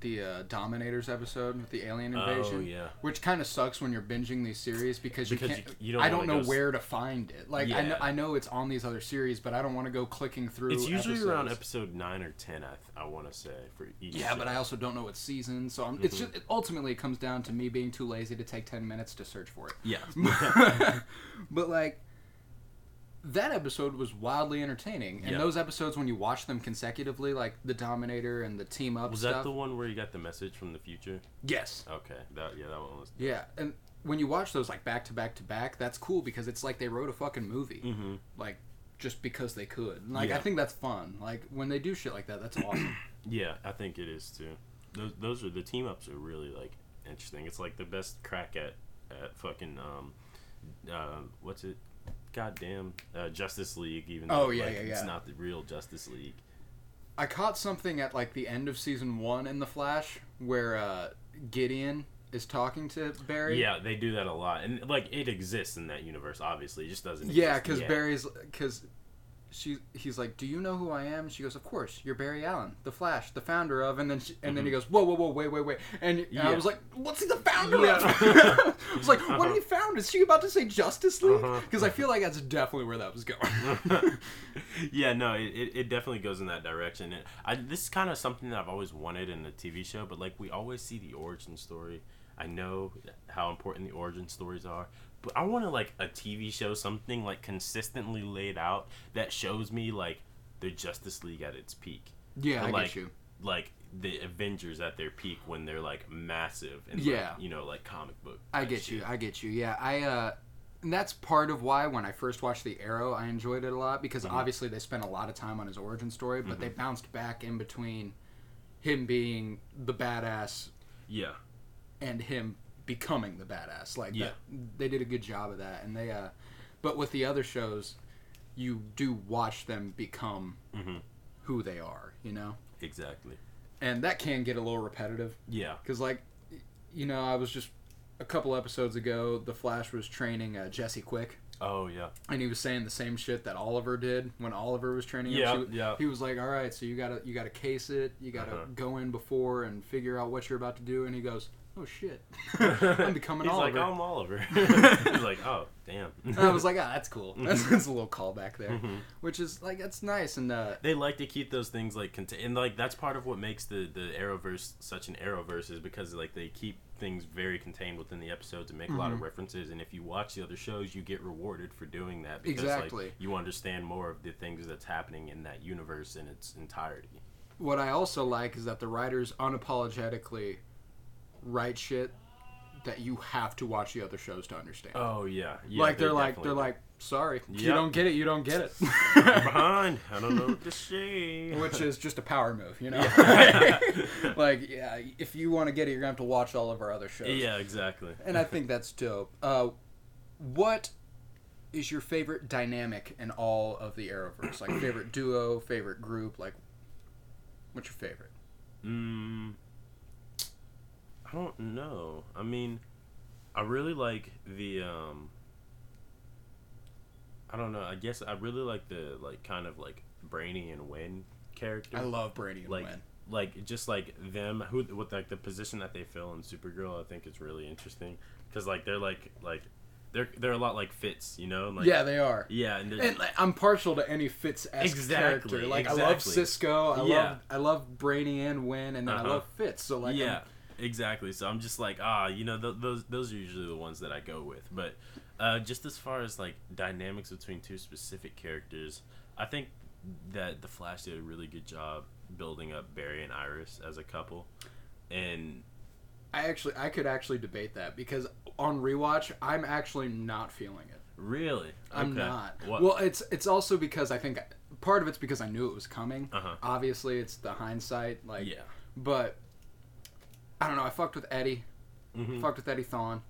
Speaker 1: the uh, Dominators episode with the alien invasion.
Speaker 2: Oh yeah.
Speaker 1: Which kind of sucks when you're binging these series because you
Speaker 2: Because
Speaker 1: can't.
Speaker 2: you- you don't
Speaker 1: I don't
Speaker 2: wanna
Speaker 1: know
Speaker 2: go s-
Speaker 1: where to find it. Like I know
Speaker 2: Yeah.
Speaker 1: I know it's on these other series, but I don't want to go clicking through.
Speaker 2: It's usually around
Speaker 1: episodes.
Speaker 2: episode nine or ten. I th- I want to say for each.
Speaker 1: Yeah, but I
Speaker 2: show.
Speaker 1: also don't know what season, so I'm,
Speaker 2: Mm-hmm.
Speaker 1: it's just ultimately it comes down to me being too lazy to take ten minutes to search for it.
Speaker 2: yeah.
Speaker 1: But like that episode was wildly entertaining, and
Speaker 2: Yeah.
Speaker 1: those episodes when you watch them consecutively, like the Dominator and the team up
Speaker 2: Was
Speaker 1: stuff.
Speaker 2: that the one where you got the message from the future?
Speaker 1: yes.
Speaker 2: Okay, that yeah, that one was.
Speaker 1: Yeah, and when you watch those like back to back to back, that's cool because it's like they wrote a fucking movie,
Speaker 2: Mhm.
Speaker 1: like just because they could. Like I
Speaker 2: Yeah.
Speaker 1: think that's fun. Like when they do shit like that, that's awesome.
Speaker 2: Yeah, I think it is too. Those those are the team ups are really like interesting. It's like the best crack at at fucking um, uh, what's it? Goddamn, uh, Justice League. Even though
Speaker 1: Oh, yeah,
Speaker 2: like,
Speaker 1: yeah,
Speaker 2: it's
Speaker 1: yeah.
Speaker 2: not the real Justice League.
Speaker 1: I caught something at like the end of season one in The Flash where uh, Gideon is talking to Barry.
Speaker 2: Yeah, they do that a lot, and like it exists in that universe. Obviously, it just doesn't.
Speaker 1: Yeah,
Speaker 2: exist
Speaker 1: because
Speaker 2: yet.
Speaker 1: Barry's because she he's like, "Do you know who I am?" She goes, "Of course, you're Barry Allen, the Flash, the founder of." And then she, and then he goes, "Whoa, whoa, whoa, wait, wait, wait!" And, and I
Speaker 2: Mm-hmm. Yeah.
Speaker 1: was like, "What's he the founder
Speaker 2: Yeah.
Speaker 1: of?" I was like, "What did he found? Is she about to say Justice League?"
Speaker 2: Uh-huh.
Speaker 1: Because I feel like that's definitely where that was going.
Speaker 2: yeah, no, it, it, it definitely goes in that direction. And I, this is kind of something that I've always wanted in a TV show, but like we always see the origin story. I know how important the origin stories are, but I want to like a TV show, something like consistently laid out that shows me like the Justice League at its peak.
Speaker 1: yeah,
Speaker 2: Or,
Speaker 1: I
Speaker 2: like,
Speaker 1: get you.
Speaker 2: Like the Avengers at their peak when they're like massive and like,
Speaker 1: Yeah.
Speaker 2: you know, like comic book.
Speaker 1: I
Speaker 2: type
Speaker 1: get
Speaker 2: shit.
Speaker 1: you. I get you. Yeah, I. uh and that's part of why when I first watched The Arrow, I enjoyed it a lot because
Speaker 2: Mm-hmm.
Speaker 1: obviously they spent a lot of time on his origin story, but they bounced back in between him being the badass
Speaker 2: Yeah.
Speaker 1: and him becoming the badass. Like
Speaker 2: Yeah.
Speaker 1: that, they did a good job of that, and they. uh But with the other shows, you do watch them become
Speaker 2: Mm-hmm.
Speaker 1: who they are, you know,
Speaker 2: Exactly.
Speaker 1: and that can get a little repetitive
Speaker 2: Yeah.
Speaker 1: because like, y- you know, I was just a couple episodes ago, the Flash was training uh, Jesse Quick.
Speaker 2: Oh yeah.
Speaker 1: And he was saying the same shit that Oliver did when Oliver was training him.
Speaker 2: Yeah,
Speaker 1: She w-
Speaker 2: yeah.
Speaker 1: He was like, "All right, so you gotta you gotta case it. You gotta
Speaker 2: Uh-huh.
Speaker 1: go in before and figure out what you're about to do." And he goes, "Oh shit, I'm becoming
Speaker 2: He's
Speaker 1: Oliver."
Speaker 2: like, I'm Oliver. He's like, oh, damn.
Speaker 1: And I was like, ah, that's cool.
Speaker 2: Mm-hmm.
Speaker 1: That's, that's a little callback there, which is like that's nice. And uh,
Speaker 2: they like to keep those things like cont- and like that's part of what makes the the Arrowverse such an Arrowverse is because like they keep things very contained within the episodes and make a
Speaker 1: Mm-hmm.
Speaker 2: lot of references. And if you watch the other shows, you get rewarded for doing that because
Speaker 1: Exactly.
Speaker 2: like you understand more of the things that's happening in that universe in its entirety.
Speaker 1: what I also like is that the writers unapologetically write shit that you have to watch the other shows to understand.
Speaker 2: Oh yeah,
Speaker 1: like they're, like they're like, sorry, you
Speaker 2: Yep.
Speaker 1: don't get it, you don't get it,
Speaker 2: behind. I don't know what to say.
Speaker 1: which is just a power move, you know. like, yeah, if you want to get it, you're gonna have to watch all of our other shows.
Speaker 2: Yeah, exactly.
Speaker 1: and I think that's dope. Uh, what is your favorite dynamic in all of the Arrowverse? Like favorite duo, favorite group? Like, what's your favorite?
Speaker 2: Mm, I don't know. I mean, I really like the. um I don't know. I guess I really like the like kind of like Brainy and Win character.
Speaker 1: I love Brady and
Speaker 2: like
Speaker 1: Wynn.
Speaker 2: like just like them who with like the position that they fill in Supergirl. I think is really interesting because like they're like like they're they're a lot like fits, you know. Like,
Speaker 1: yeah, they are.
Speaker 2: yeah, and, they're-
Speaker 1: And like, I'm partial to any Fitz esque
Speaker 2: Exactly,
Speaker 1: character. Like I love
Speaker 2: exactly.
Speaker 1: Cisco. I love
Speaker 2: Yeah.
Speaker 1: I love Brainy and Wynn, and then I
Speaker 2: Uh-huh.
Speaker 1: love Fitz. So like,
Speaker 2: yeah,
Speaker 1: I'm-
Speaker 2: exactly. So I'm just like, ah, you know, th- those those are usually the ones that I go with. But uh, just as far as like dynamics between two specific characters, I think that the Flash did a really good job building up Barry and Iris as a couple, and
Speaker 1: I actually I could actually debate that because on rewatch I'm actually not feeling it.
Speaker 2: really,
Speaker 1: I'm
Speaker 2: okay,
Speaker 1: not.
Speaker 2: what-
Speaker 1: Well, it's it's also because I think part of it's because I knew it was coming.
Speaker 2: Uh-huh.
Speaker 1: Obviously, it's the hindsight. Like,
Speaker 2: yeah,
Speaker 1: But I don't know. I fucked with Eddie.
Speaker 2: Mhm.
Speaker 1: Fucked with Eddie Thawne.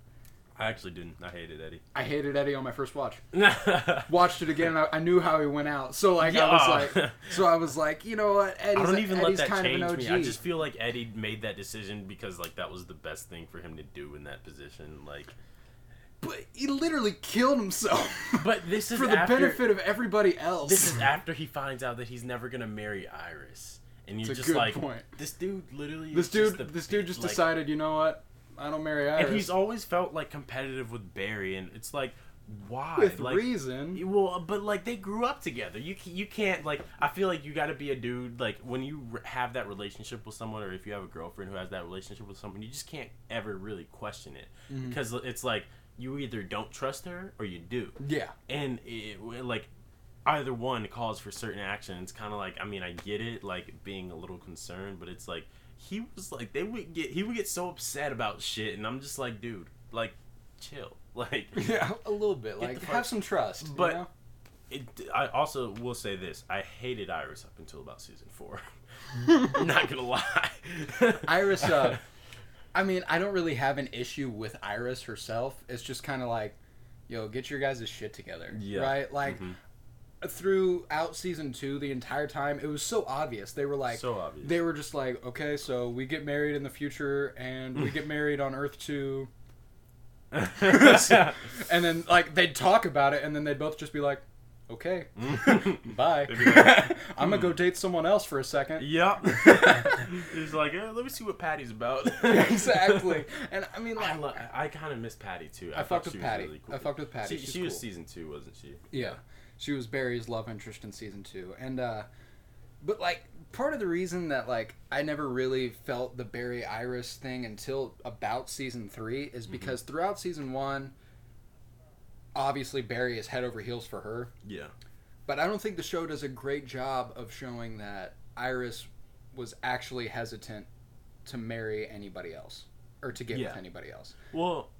Speaker 2: I actually didn't. I hated Eddie.
Speaker 1: I hated Eddie on my first watch.
Speaker 2: I
Speaker 1: Watched it again. And I, I knew how he went out. So like I was
Speaker 2: Yeah.
Speaker 1: like, so I was like, you know what? Eddie's,
Speaker 2: don't even
Speaker 1: Eddie's
Speaker 2: let that
Speaker 1: kind
Speaker 2: change
Speaker 1: of an OG.
Speaker 2: me. I just feel like Eddie made that decision because like that was the best thing for him to do in that position. Like,
Speaker 1: But he literally killed himself
Speaker 2: but this is
Speaker 1: for the
Speaker 2: after-
Speaker 1: benefit of everybody else.
Speaker 2: This is after he finds out that he's never gonna marry Iris. And and you're
Speaker 1: It's a
Speaker 2: just
Speaker 1: good
Speaker 2: like,
Speaker 1: point.
Speaker 2: this dude literally.
Speaker 1: This
Speaker 2: is just
Speaker 1: dude,
Speaker 2: the
Speaker 1: this dude just
Speaker 2: like-
Speaker 1: decided, you know what? I don't marry Iris.
Speaker 2: And he's always felt like competitive with Barry, and it's like, why?
Speaker 1: with
Speaker 2: like,
Speaker 1: reason.
Speaker 2: you- Well, but like they grew up together. You ca- you can't like. I feel like you got to be a dude. Like when you r- have that relationship with someone, or if you have a girlfriend who has that relationship with someone, you just can't ever really question it
Speaker 1: Mm-hmm.
Speaker 2: because it's like you either don't trust her or you do
Speaker 1: yeah.
Speaker 2: and it, like either one calls for certain action it's kind of like i mean i get it like being a little concerned but it's like he was like they would get he would get so upset about shit and i'm just like dude like chill like
Speaker 1: Yeah, a little bit.
Speaker 2: Get
Speaker 1: Like,
Speaker 2: the fuck-
Speaker 1: have some trust.
Speaker 2: But-
Speaker 1: you know?
Speaker 2: it, i also will say this i hated iris up until about season four not gonna lie
Speaker 1: Iris, uh, I mean, I don't really have an issue with Iris herself. It's just kind of like, yo, get your guys' shit together.
Speaker 2: Yeah.
Speaker 1: Right? Like,
Speaker 2: Mhm.
Speaker 1: Mm-hmm. throughout season two, the entire time, it was so obvious. They were like,
Speaker 2: so obvious
Speaker 1: they were just like, okay, so we get married in the future, and we get married on Earth 2. And then, like, they'd talk about it, and then they'd both just be like, okay, bye.
Speaker 2: They'd be like,
Speaker 1: I'm gonna go date someone else for a second.
Speaker 2: yep it's like eh, let me see what patty's about
Speaker 1: exactly. And I mean,
Speaker 2: I,
Speaker 1: like,
Speaker 2: lo- I kind of miss Patty too.
Speaker 1: I fucked
Speaker 2: thought
Speaker 1: with
Speaker 2: she was
Speaker 1: Patty.
Speaker 2: really cool.
Speaker 1: I fucked with Patty.
Speaker 2: She,
Speaker 1: She's
Speaker 2: she was
Speaker 1: cool.
Speaker 2: season two, wasn't she?
Speaker 1: Yeah. She was Barry's love interest in season two. And uh but like part of the reason that like I never really felt the Barry Iris thing until about season three is because throughout season one obviously Barry is head over heels for her.
Speaker 2: Yeah.
Speaker 1: But I don't think the show does a great job of showing that Iris was actually hesitant to marry anybody else. Or to get with
Speaker 2: Yeah.
Speaker 1: anybody else.
Speaker 2: Well,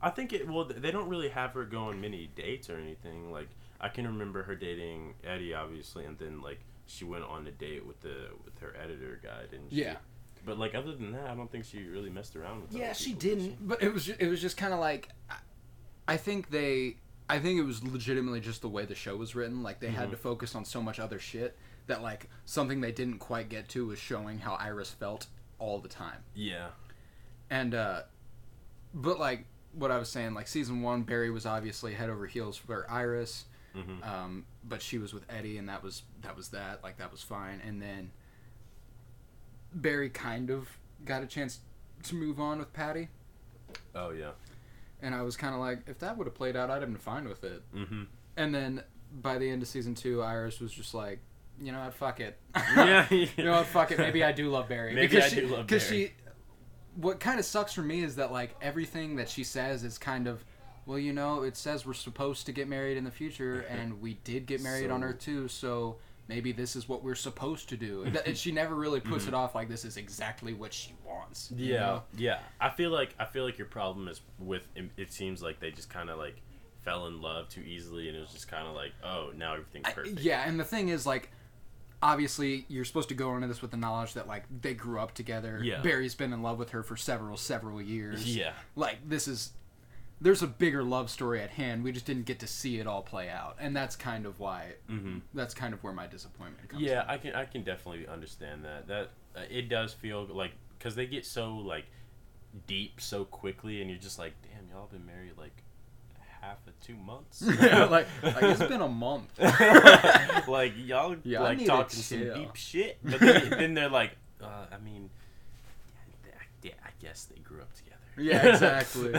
Speaker 2: I think it. Well, th- they don't really have her go on many dates or anything. Like I can remember her dating Eddie, obviously, and then like she went on a date with the with her editor guy, didn't she?
Speaker 1: Yeah.
Speaker 2: But like other than that, I don't think she really messed around with.
Speaker 1: Yeah,
Speaker 2: other
Speaker 1: she
Speaker 2: people, did
Speaker 1: didn't. But it was ju- it was just kind of like, I- I think they, I think it was legitimately just the way the show was written. Like they had to focus on so much other shit that like something they didn't quite get to was showing how Iris felt all the time.
Speaker 2: Yeah.
Speaker 1: And uh, but like what I was saying, like season one, Barry was obviously head over heels for Iris.
Speaker 2: Mhm.
Speaker 1: Um, but she was with Eddie, and that was that was that. Like that was fine. And then Barry kind of got a chance to move on with Patty.
Speaker 2: Oh yeah.
Speaker 1: And I was kind of like, if that would have played out, I'd have been fine with it.
Speaker 2: Mm-hmm.
Speaker 1: And then by the end of season two, Iris was just like, you know what, fuck it.
Speaker 2: yeah.
Speaker 1: you know what, fuck it. Maybe I do love Barry.
Speaker 2: Maybe I
Speaker 1: she,
Speaker 2: do love
Speaker 1: Because
Speaker 2: Barry.
Speaker 1: she, what kind of sucks for me is that like everything that she says is kind of, well, you know, it says we're supposed to get married in the future, and we did get married on
Speaker 2: So-
Speaker 1: Earth too, so. Maybe this is what we're supposed to do. Th- and she never really puts it off like this is exactly what she wants. you
Speaker 2: Mm-hmm. Yeah,
Speaker 1: know?
Speaker 2: yeah. I feel like I feel like your problem is with it seems like they just kind of like fell in love too easily, and it was just kind of like, oh, now everything's
Speaker 1: I-
Speaker 2: perfect.
Speaker 1: Yeah, and the thing is, like, obviously, you're supposed to go into this with the knowledge that like they grew up together.
Speaker 2: Yeah.
Speaker 1: Barry's been in love with her for several, several years.
Speaker 2: Yeah.
Speaker 1: Like this is, there's a bigger love story at hand. We just didn't get to see it all play out, and that's kind of why.
Speaker 2: Mhm.
Speaker 1: That's kind of where my disappointment comes.
Speaker 2: Yeah, I can I can definitely understand that. That uh, it does feel like because they get so like deep so quickly, and you're just like, damn, y'all been married like half of two months.
Speaker 1: From. like, like it's been a month.
Speaker 2: like y'all
Speaker 1: Yeah, I need
Speaker 2: like
Speaker 1: to
Speaker 2: talking some
Speaker 1: chill.
Speaker 2: deep shit, but then, then they're like, uh, I mean, yeah, I, yeah, I guess they grew up together.
Speaker 1: Yeah, exactly.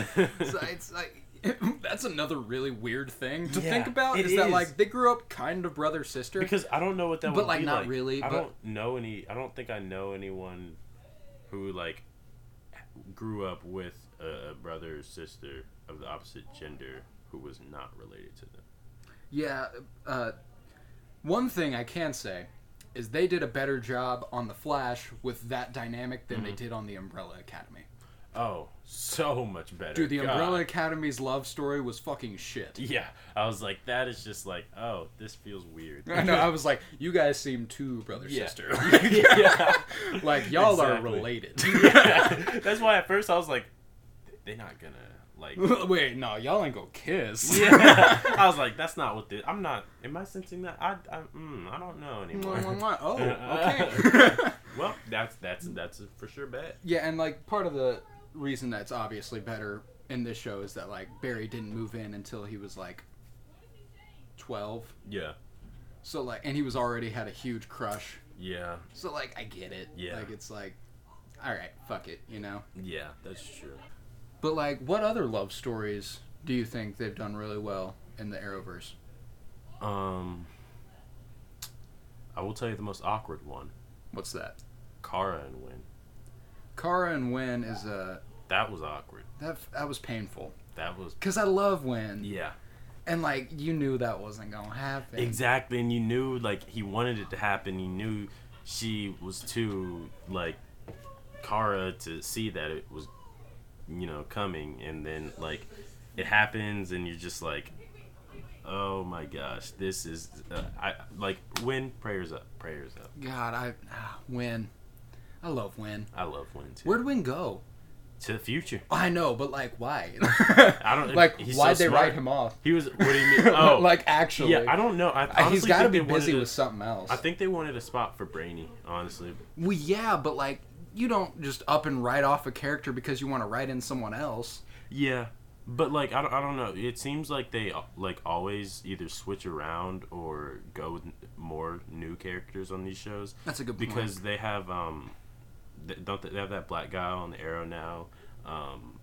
Speaker 1: So it's like. That's another really weird thing to
Speaker 2: Yeah,
Speaker 1: think about.
Speaker 2: it
Speaker 1: Is that
Speaker 2: is.
Speaker 1: like they grew up kind of brother sister?
Speaker 2: because I don't know what that
Speaker 1: But,
Speaker 2: would
Speaker 1: like,
Speaker 2: be
Speaker 1: not
Speaker 2: like.
Speaker 1: really,
Speaker 2: I
Speaker 1: but-
Speaker 2: don't know any. I don't think I know anyone who like grew up with a, a brother or sister of the opposite gender who was not related to them.
Speaker 1: Yeah. Uh, one thing I can say is they did a better job on The Flash with that dynamic than they
Speaker 2: Mm.
Speaker 1: did on The Umbrella Academy.
Speaker 2: Oh, so much better.
Speaker 1: Dude, The
Speaker 2: God.
Speaker 1: Umbrella Academy's love story was fucking shit.
Speaker 2: Yeah, I was like, that is just like, oh, this feels weird.
Speaker 1: I know. I was like, you guys seem too brother
Speaker 2: Yeah.
Speaker 1: sister.
Speaker 2: yeah.
Speaker 1: like y'all are
Speaker 2: Exactly.
Speaker 1: related.
Speaker 2: yeah, that's why at first I was like, they're not gonna like.
Speaker 1: Wait, no, y'all ain't gonna kiss.
Speaker 2: Yeah, I was like, that's not what this. I'm not. Am I sensing that? I I, mm, I don't know anymore.
Speaker 1: oh,
Speaker 2: Uh,
Speaker 1: okay.
Speaker 2: Well, that's that's that's a for sure bet.
Speaker 1: Yeah, and like part of the reason that's obviously better in this show is that like Barry didn't move in until he was like 12.
Speaker 2: Yeah.
Speaker 1: So like and he was already had a huge crush
Speaker 2: Yeah.
Speaker 1: So like I get it.
Speaker 2: Yeah.
Speaker 1: Like it's like, all right, fuck it, you know.
Speaker 2: Yeah, that's true.
Speaker 1: But like, what other love stories do you think they've done really well in the Arrowverse?
Speaker 2: Um, I will tell you the most awkward one:
Speaker 1: What's that?
Speaker 2: Kara and Win.
Speaker 1: Kara and Wynn is a
Speaker 2: That was awkward.
Speaker 1: that that was painful
Speaker 2: That was
Speaker 1: because I love Wynn
Speaker 2: yeah,
Speaker 1: and like you knew that wasn't gonna happen.
Speaker 2: exactly. And you knew like he wanted it to happen. You knew she was too like Kara to see that it was, you know, coming. And then like it happens, and you're just like, oh my gosh, this is uh, I like Win prayers up, prayers up.
Speaker 1: God, I ah, Wynn, I love Wynn.
Speaker 2: I love Win too.
Speaker 1: Where'd Wynn go?
Speaker 2: to the future.
Speaker 1: I know, but like, why?
Speaker 2: I don't
Speaker 1: like,
Speaker 2: he's so
Speaker 1: why'd they
Speaker 2: smart.
Speaker 1: write him off?
Speaker 2: He was. What do you mean? Oh,
Speaker 1: like actually, Uh,
Speaker 2: yeah. I don't know. I honestly
Speaker 1: he's got to
Speaker 2: think
Speaker 1: be
Speaker 2: they wanted
Speaker 1: busy
Speaker 2: a-
Speaker 1: with something else.
Speaker 2: I think they wanted a spot for Brainy. Honestly,
Speaker 1: Well, yeah, but like you don't just up and write off a character because you want to write in someone else.
Speaker 2: yeah. But like, I don't, I don't know. It seems like they like always either switch around or go with n- more new characters on these shows
Speaker 1: That's a good point.
Speaker 2: because they have um, th- don't they, they have that black guy on the Arrow now? Um,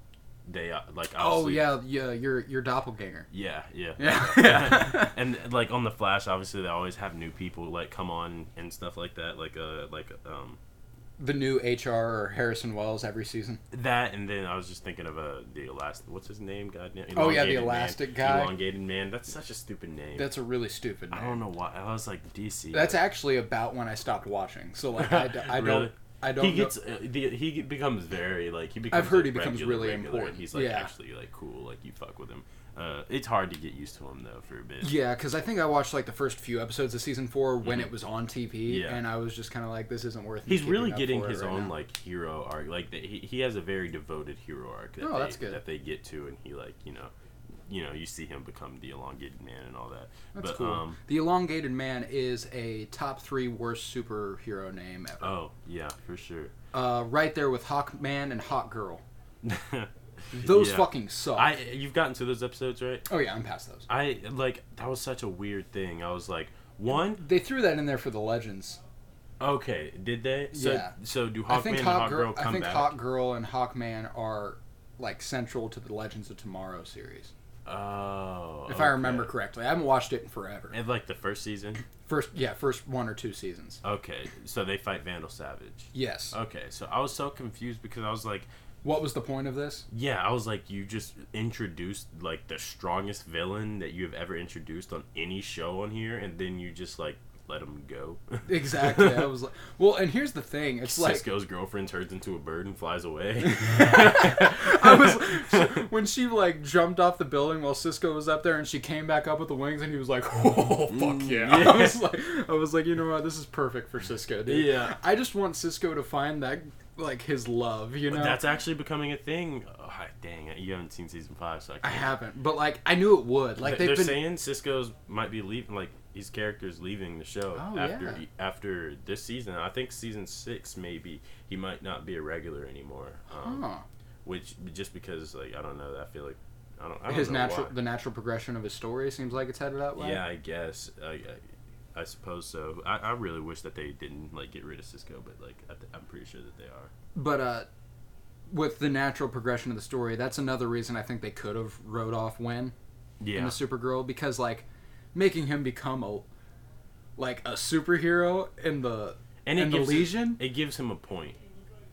Speaker 2: they uh, like
Speaker 1: oh
Speaker 2: obviously-
Speaker 1: yeah, yeah, your your doppelganger.
Speaker 2: yeah yeah
Speaker 1: Yeah.
Speaker 2: and like on the Flash, obviously they always have new people like come on and stuff like that. Like uh, like um,
Speaker 1: the new HR or Harrison Wells every season.
Speaker 2: that, and then I was just thinking of uh, the elastic. What's his name? God name.
Speaker 1: Oh, yeah, the Elastic guy.
Speaker 2: Elongated man. That's such a stupid name.
Speaker 1: That's a really stupid name.
Speaker 2: I don't know why. I was like DC.
Speaker 1: That's actually about when I stopped watching. So like I, d- I
Speaker 2: Really?
Speaker 1: don't I don't
Speaker 2: he
Speaker 1: know-
Speaker 2: gets uh, the, he get- becomes very like he becomes.
Speaker 1: I've heard
Speaker 2: like,
Speaker 1: he becomes
Speaker 2: regular,
Speaker 1: really
Speaker 2: regular,
Speaker 1: important.
Speaker 2: and he's like
Speaker 1: Yeah.
Speaker 2: actually like cool. Like you fuck with him. Uh, it's hard to get used to him though for a bit.
Speaker 1: yeah, because I think I watched like the first few episodes of season 4 when it was on TV,
Speaker 2: Mm-hmm. Yeah.
Speaker 1: and I was just kind of like, "This isn't worth." me
Speaker 2: He's
Speaker 1: keeping
Speaker 2: really
Speaker 1: up
Speaker 2: getting
Speaker 1: for it
Speaker 2: his
Speaker 1: right
Speaker 2: own
Speaker 1: now.
Speaker 2: like hero arc. Like the, he, he has a very devoted hero arc. That
Speaker 1: Oh,
Speaker 2: they,
Speaker 1: that's good.
Speaker 2: That they get to, and he like you know, you know, you see him become the elongated man and all that.
Speaker 1: That's
Speaker 2: but
Speaker 1: cool.
Speaker 2: um,
Speaker 1: the Elongated Man is a top three worst superhero name ever.
Speaker 2: oh yeah, for sure.
Speaker 1: uh, right there with Hawkman and Hawk Girl. Those
Speaker 2: Yeah.
Speaker 1: fucking suck.
Speaker 2: I you've gotten to those episodes right?
Speaker 1: oh yeah, I'm past those.
Speaker 2: I like that was such a weird thing. I was like, one
Speaker 1: They threw that in there for the legends.
Speaker 2: okay, did they? So,
Speaker 1: Yeah.
Speaker 2: So do
Speaker 1: I
Speaker 2: Hawkman
Speaker 1: think
Speaker 2: and
Speaker 1: Hawk
Speaker 2: Hawkgirl
Speaker 1: Girl,
Speaker 2: come
Speaker 1: I think
Speaker 2: back?
Speaker 1: Hawk Girl and Hawkman are like central to the Legends of Tomorrow series,
Speaker 2: oh,
Speaker 1: if I remember
Speaker 2: okay.
Speaker 1: correctly. I haven't watched it in forever.
Speaker 2: And like the first season.
Speaker 1: First, yeah, first one or two seasons.
Speaker 2: Okay, so they fight Vandal Savage.
Speaker 1: Yes.
Speaker 2: Okay, so I was so confused because I was like,
Speaker 1: what was the point of this?
Speaker 2: Yeah, I was like, you just introduced like the strongest villain that you have ever introduced on any show on here, and then you just like let him go.
Speaker 1: Exactly. I was like, well, and here's the thing. It's like
Speaker 2: Cisco's girlfriend turns into a bird and flies away.
Speaker 1: I was when she like jumped off the building while Cisco was up there, and she came back up with the wings, and he was like, "Oh fuck yeah!"
Speaker 2: Mm, yeah.
Speaker 1: I was like, I was like, you know what? This is perfect for Cisco, dude.
Speaker 2: Yeah.
Speaker 1: I just want Cisco to find that like his love, you know.
Speaker 2: That's actually becoming a thing. Oh, dang, you haven't seen season five, so I
Speaker 1: I
Speaker 2: can't.
Speaker 1: haven't, but like I knew it would. Like
Speaker 2: They're
Speaker 1: they've been.
Speaker 2: saying Cisco's might be leaving, like his character's leaving the show
Speaker 1: Oh,
Speaker 2: after
Speaker 1: yeah.
Speaker 2: after this season. I think season six maybe he might not be a regular anymore. Um,
Speaker 1: Huh.
Speaker 2: Which just because like I don't know, I feel like I don't. I don't
Speaker 1: His
Speaker 2: know
Speaker 1: natural,
Speaker 2: why.
Speaker 1: the natural progression of his story seems like it's headed that way.
Speaker 2: Yeah, I guess. I, I, I suppose so. I, I really wish that they didn't like get rid of Cisco, but like I th- I'm pretty sure that they are.
Speaker 1: But uh, with the natural progression of the story, that's another reason I think they could have wrote off when. in
Speaker 2: Yeah,
Speaker 1: the Supergirl because like making him become a like a superhero in the
Speaker 2: and
Speaker 1: in the
Speaker 2: gives
Speaker 1: Legion,
Speaker 2: it gives him a point.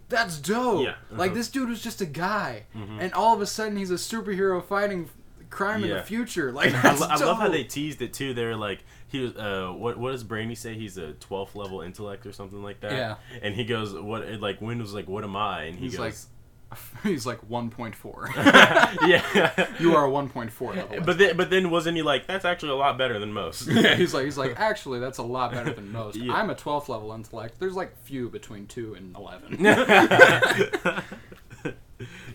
Speaker 1: that's dope.
Speaker 2: Yeah, Mm-hmm.
Speaker 1: Like
Speaker 2: mhm.
Speaker 1: this dude was just a guy, and all of a sudden he's a superhero fighting crime in the
Speaker 2: Yeah.
Speaker 1: future. Like
Speaker 2: I,
Speaker 1: that's
Speaker 2: lo- I love how
Speaker 1: dope.
Speaker 2: they teased it too. They were like, he was, uh, what, what does Brainy say? He's a 12th level intellect or something like that.
Speaker 1: Yeah.
Speaker 2: And he goes, what, like, Wynn was like, what am I? And he
Speaker 1: He's
Speaker 2: goes,
Speaker 1: he's like 1.4.
Speaker 2: yeah.
Speaker 1: you are a 1.4 level.
Speaker 2: but then, but then wasn't he like, that's actually a lot better than most?
Speaker 1: yeah, he's like he's like actually that's a lot better than most.
Speaker 2: Yeah.
Speaker 1: I'm a 12th level intellect. There's like few between 2 and 11.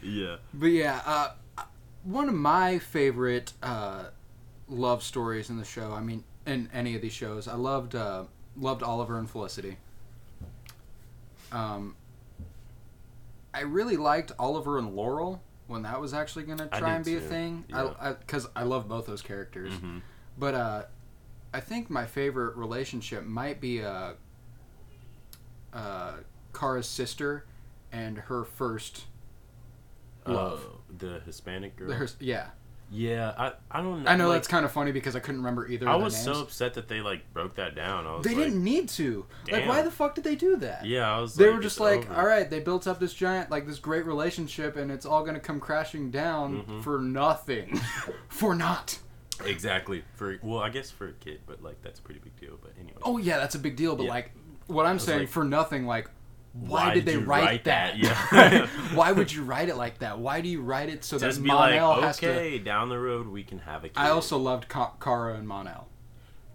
Speaker 2: yeah.
Speaker 1: But yeah, uh, one of my favorite uh, love stories in the show. I mean, in any of these shows, I loved uh, loved Oliver and Felicity. Um, I really liked Oliver and Laurel when that was actually going to
Speaker 2: I
Speaker 1: try
Speaker 2: did
Speaker 1: and be a
Speaker 2: too,
Speaker 1: thing.
Speaker 2: yeah. Mm-hmm.
Speaker 1: I because I, love both those characters, but uh, I think my favorite relationship might be uh, uh, Kara's sister and her first
Speaker 2: Uh,
Speaker 1: love.
Speaker 2: Oh, the Hispanic girl.
Speaker 1: her, yeah,
Speaker 2: yeah, I, I don't know.
Speaker 1: I know
Speaker 2: like,
Speaker 1: that's kind of funny because I couldn't remember either.
Speaker 2: I
Speaker 1: of their
Speaker 2: was so
Speaker 1: names.
Speaker 2: upset that they like broke that down. I was
Speaker 1: They
Speaker 2: like,
Speaker 1: didn't need to. Like,
Speaker 2: Damn.
Speaker 1: why the fuck did they do that?
Speaker 2: Yeah, I was.
Speaker 1: They
Speaker 2: like,
Speaker 1: were just
Speaker 2: it's
Speaker 1: like,
Speaker 2: over.
Speaker 1: all right, they built up this giant, like this great relationship, and it's all gonna come crashing down
Speaker 2: Mm-hmm.
Speaker 1: for nothing, for not.
Speaker 2: Exactly. For well, I guess for a kid, but like that's a pretty big deal. But anyway.
Speaker 1: Oh yeah, that's a big deal. But
Speaker 2: Yeah.
Speaker 1: like, what I'm saying
Speaker 2: like,
Speaker 1: for nothing, like, why, did they
Speaker 2: you
Speaker 1: write, that?
Speaker 2: Yeah.
Speaker 1: why would you write it like that? Why do you write it so
Speaker 2: Just
Speaker 1: that
Speaker 2: be like,
Speaker 1: Monel has to?
Speaker 2: okay, down the road we can have a kid.
Speaker 1: I also loved Ka- Kara and Monel.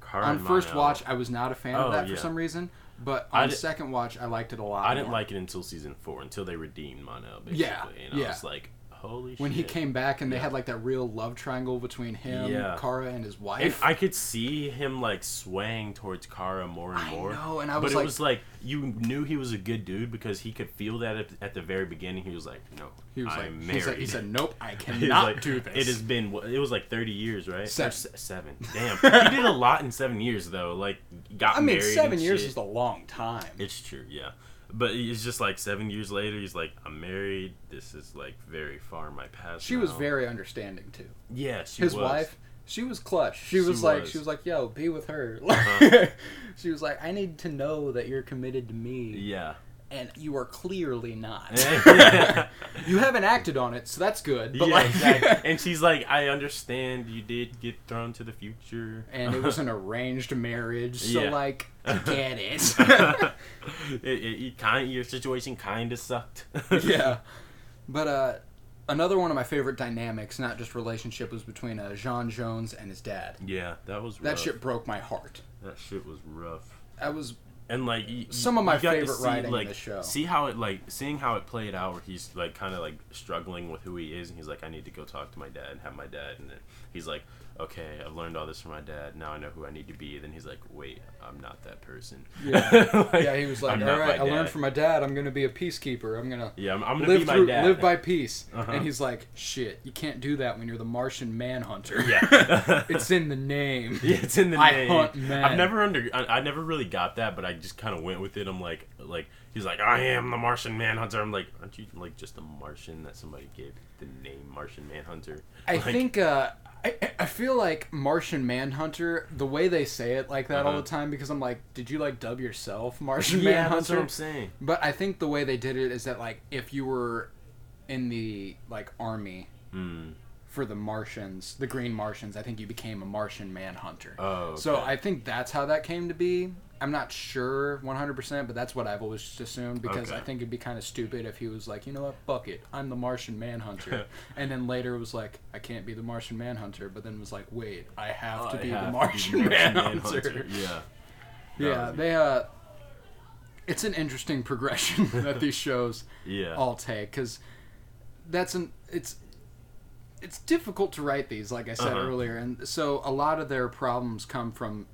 Speaker 2: Cara
Speaker 1: On
Speaker 2: and
Speaker 1: first
Speaker 2: Monel.
Speaker 1: watch, I was not a fan
Speaker 2: Oh,
Speaker 1: of that for
Speaker 2: yeah.
Speaker 1: some reason, but
Speaker 2: I
Speaker 1: on
Speaker 2: di-
Speaker 1: second watch, I liked it a lot.
Speaker 2: I didn't
Speaker 1: more.
Speaker 2: like it until season four, until they redeemed Monel. Basically,
Speaker 1: Yeah,
Speaker 2: and
Speaker 1: yeah.
Speaker 2: I was like, holy shit.
Speaker 1: when he came back and they
Speaker 2: Yeah.
Speaker 1: had like that real love triangle between him,
Speaker 2: Yeah.
Speaker 1: Kara, and his
Speaker 2: And
Speaker 1: wife.
Speaker 2: I could see him like swaying towards Kara more and
Speaker 1: I
Speaker 2: more.
Speaker 1: know, and I
Speaker 2: but
Speaker 1: was
Speaker 2: it
Speaker 1: like-
Speaker 2: was like you knew he was a good dude because he could feel that at, at the very beginning. He was like, "No,
Speaker 1: he was
Speaker 2: I'm
Speaker 1: like,
Speaker 2: married."
Speaker 1: he said, he said, "Nope, I
Speaker 2: He was
Speaker 1: cannot
Speaker 2: like,
Speaker 1: do this."
Speaker 2: It has been. It was like thirty years, right? Or
Speaker 1: Seven.
Speaker 2: se- seven. Damn. he did a lot in seven years, though. Like got.
Speaker 1: I mean,
Speaker 2: married
Speaker 1: seven
Speaker 2: and
Speaker 1: years
Speaker 2: shit.
Speaker 1: is a long time.
Speaker 2: It's true, yeah. But it's just like seven years later, he's like, I'm married. This is like very far in my past.
Speaker 1: she was
Speaker 2: now."
Speaker 1: very understanding too.
Speaker 2: Yeah, she
Speaker 1: his
Speaker 2: was.
Speaker 1: wife she was clutch she was
Speaker 2: She
Speaker 1: like
Speaker 2: was. Uh-huh.
Speaker 1: she was like yo be with her she was like i need to know that you're committed to me
Speaker 2: Yeah.
Speaker 1: and you are clearly not
Speaker 2: yeah,
Speaker 1: you haven't acted on it so that's good but like
Speaker 2: exactly. And she's like, I understand you did get thrown to the future.
Speaker 1: and it was an arranged marriage so
Speaker 2: Yeah.
Speaker 1: like I get it
Speaker 2: it, it, it kind your situation kind of sucked.
Speaker 1: yeah but uh another one of my favorite dynamics not just relationship was between uh, jean jones and his dad
Speaker 2: Yeah, that was
Speaker 1: that
Speaker 2: rough.
Speaker 1: shit broke my heart
Speaker 2: That shit was rough.
Speaker 1: i was
Speaker 2: and like y-
Speaker 1: Some of
Speaker 2: you
Speaker 1: my
Speaker 2: got to
Speaker 1: favorite
Speaker 2: see,
Speaker 1: writing in
Speaker 2: like,
Speaker 1: the show.
Speaker 2: See how it like seeing how it played out, where he's like kind of like struggling with who he is, and he's like, I need to go talk to my dad and have my dad, and then he's like, Okay, I've learned all this from my dad. Now I know who I need to be. Then he's like, Wait, I'm not that person.
Speaker 1: Yeah.
Speaker 2: Like,
Speaker 1: yeah, he was like,
Speaker 2: "I'm
Speaker 1: "All
Speaker 2: not
Speaker 1: right, I
Speaker 2: my
Speaker 1: learned
Speaker 2: dad."
Speaker 1: from my dad. I'm gonna be a peacekeeper. I'm gonna
Speaker 2: Yeah, I'm, I'm gonna
Speaker 1: live
Speaker 2: be my
Speaker 1: through,
Speaker 2: dad.
Speaker 1: live by peace."
Speaker 2: Uh-huh.
Speaker 1: And he's like, "Shit, you can't do that when you're the Martian Manhunter.
Speaker 2: Yeah.
Speaker 1: it's in the name."
Speaker 2: Yeah, it's in the
Speaker 1: I
Speaker 2: name.
Speaker 1: hunt men.
Speaker 2: I've never under. I, I never really got that, but I just kind of went with it. I'm like, like he's like, I am the Martian Manhunter. I'm like, aren't you like just a Martian that somebody gave the name Martian Manhunter?
Speaker 1: I
Speaker 2: Like,
Speaker 1: think uh, I I- I feel like Martian Manhunter. The way they say it like that all
Speaker 2: Uh-huh.
Speaker 1: the time, because I'm like, "Did you like dub yourself Martian
Speaker 2: Yeah, that's what
Speaker 1: Manhunter?"
Speaker 2: I'm saying.
Speaker 1: But I think the way they did it is that like if you were in the like army
Speaker 2: Hmm.
Speaker 1: for the Martians, the Green Martians, I think you became a Martian Manhunter.
Speaker 2: Oh,
Speaker 1: So
Speaker 2: okay.
Speaker 1: I think that's how that came to be. I'm not sure 100%, but that's what I've always just assumed because
Speaker 2: Okay.
Speaker 1: I think it'd be kind of stupid if he was like, you know what, fuck it, I'm the Martian Manhunter. and then later was like, I can't be the Martian Manhunter, but then was like, wait, I have to
Speaker 2: I
Speaker 1: be
Speaker 2: have
Speaker 1: the Martian, Manhunter.
Speaker 2: Yeah.
Speaker 1: Yeah, they uh it's an interesting progression that these shows
Speaker 2: Yeah.
Speaker 1: all take cuz that's an it's it's difficult to write these like I said
Speaker 2: Uh-huh.
Speaker 1: earlier and so a lot of their problems come from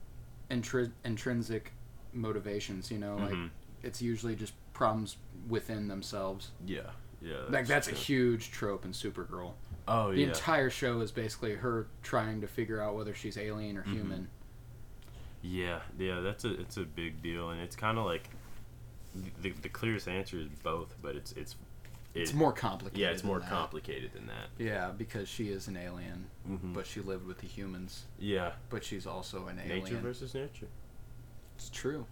Speaker 1: intri- intrinsic motivations, you know, like
Speaker 2: Mhm.
Speaker 1: it's usually just problems within themselves.
Speaker 2: yeah. Yeah.
Speaker 1: like that's a
Speaker 2: true.
Speaker 1: huge trope in Supergirl.
Speaker 2: Oh
Speaker 1: The
Speaker 2: yeah.
Speaker 1: entire show is basically her trying to figure out whether she's alien or
Speaker 2: Mm-hmm.
Speaker 1: human.
Speaker 2: yeah. Yeah. That's a it's a big deal, and it's kind of like the, the clearest answer is both, but it's it's
Speaker 1: It's
Speaker 2: it-
Speaker 1: more complicated.
Speaker 2: yeah it's more
Speaker 1: than that.
Speaker 2: complicated than that.
Speaker 1: Yeah, because she is an alien,
Speaker 2: Mhm.
Speaker 1: but she lived with the humans,
Speaker 2: Yeah.
Speaker 1: but she's also an alien.
Speaker 2: Nature versus nurture.
Speaker 1: It's true.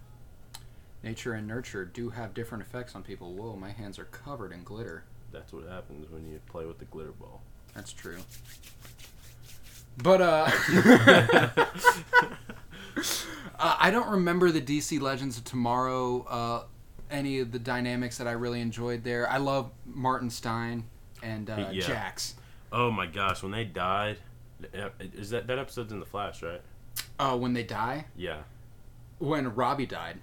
Speaker 1: Nature and nurture do have different effects on people. Whoa, my hands are covered in glitter.
Speaker 2: That's what happens when you play with the glitter ball.
Speaker 1: That's true. But uh, uh I don't remember the DC Legends of Tomorrow uh any of the dynamics that I really enjoyed there. I love Martin Stein and uh,
Speaker 2: Yeah.
Speaker 1: Jax.
Speaker 2: oh my gosh, when they died, is that that episode's in the Flash, right?
Speaker 1: Uh, when they die,
Speaker 2: Yeah.
Speaker 1: when Robbie died.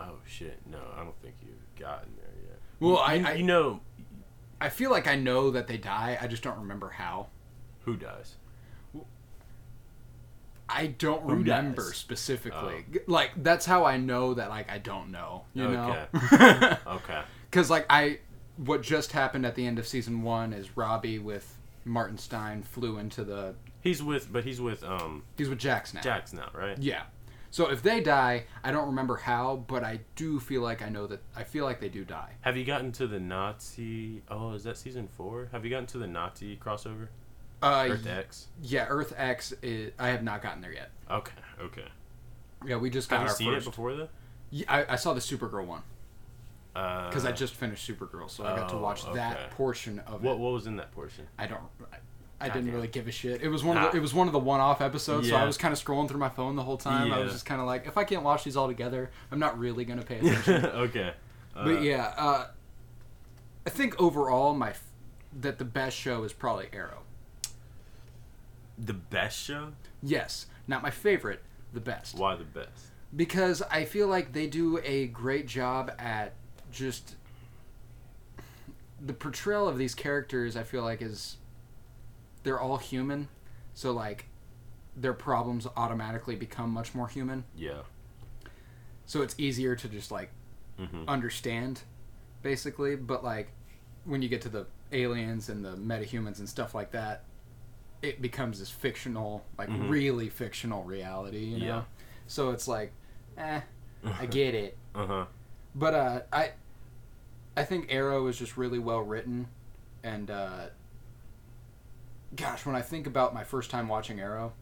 Speaker 2: Oh shit, no, I don't think you've gotten there yet.
Speaker 1: Well, I,
Speaker 2: you,
Speaker 1: I
Speaker 2: you know
Speaker 1: I feel like I know that they die. I just don't remember how.
Speaker 2: who dies.
Speaker 1: I don't
Speaker 2: Who
Speaker 1: remember
Speaker 2: dies? Oh.
Speaker 1: specifically. G- Like that's how I know that like I don't know. You know,
Speaker 2: Okay.
Speaker 1: because like I, what just happened at the end of season one is Robbie with Martin Stein flew into the.
Speaker 2: He's with, but he's with um
Speaker 1: He's with Jax now.
Speaker 2: Jax now, right?
Speaker 1: Yeah. So if they die, I don't remember how, but I do feel like I know that I feel like they do die.
Speaker 2: Have you gotten to the Nazi? Oh, is that season four? Have you gotten to the Nazi crossover?
Speaker 1: Uh,
Speaker 2: Earth
Speaker 1: y-
Speaker 2: X.
Speaker 1: Yeah, Earth X. Is, I have not gotten there yet.
Speaker 2: Okay. Okay.
Speaker 1: Yeah, we just got
Speaker 2: Have you
Speaker 1: our
Speaker 2: seen
Speaker 1: first.
Speaker 2: it before though?
Speaker 1: Yeah, I, I saw the Supergirl one because
Speaker 2: Because
Speaker 1: I just finished Supergirl, so I got to
Speaker 2: Uh, Oh,
Speaker 1: watch that
Speaker 2: okay.
Speaker 1: portion of
Speaker 2: what
Speaker 1: it.
Speaker 2: what was in that portion?
Speaker 1: I don't. I, I
Speaker 2: God
Speaker 1: didn't
Speaker 2: damn.
Speaker 1: really give a shit. It was one. Of
Speaker 2: Ah.
Speaker 1: the, it was one of the one-off episodes, so I
Speaker 2: Yeah.
Speaker 1: was kind of scrolling through my phone the whole time. I was
Speaker 2: Yeah.
Speaker 1: just kind of like, if I can't watch these all together, I'm not really gonna pay attention.
Speaker 2: okay. Uh,
Speaker 1: but yeah, uh, I think overall, my f- that the best show is probably Arrow.
Speaker 2: The best show?
Speaker 1: Yes, not my favorite, the best.
Speaker 2: Why the best?
Speaker 1: because I feel like they do a great job at just the portrayal of these characters. I feel like is they're all human, so like their problems automatically become much more human.
Speaker 2: Yeah.
Speaker 1: So it's easier to just like
Speaker 2: Mm-hmm.
Speaker 1: understand, basically. But like when you get to the aliens and the metahumans and stuff like that, it becomes this fictional, like
Speaker 2: Mhm.
Speaker 1: really fictional reality. You know?
Speaker 2: Yeah.
Speaker 1: So it's like, eh, I get it.
Speaker 2: Uh huh.
Speaker 1: But uh, I, I think Arrow is just really well written, and uh, gosh, when I think about my first time watching Arrow,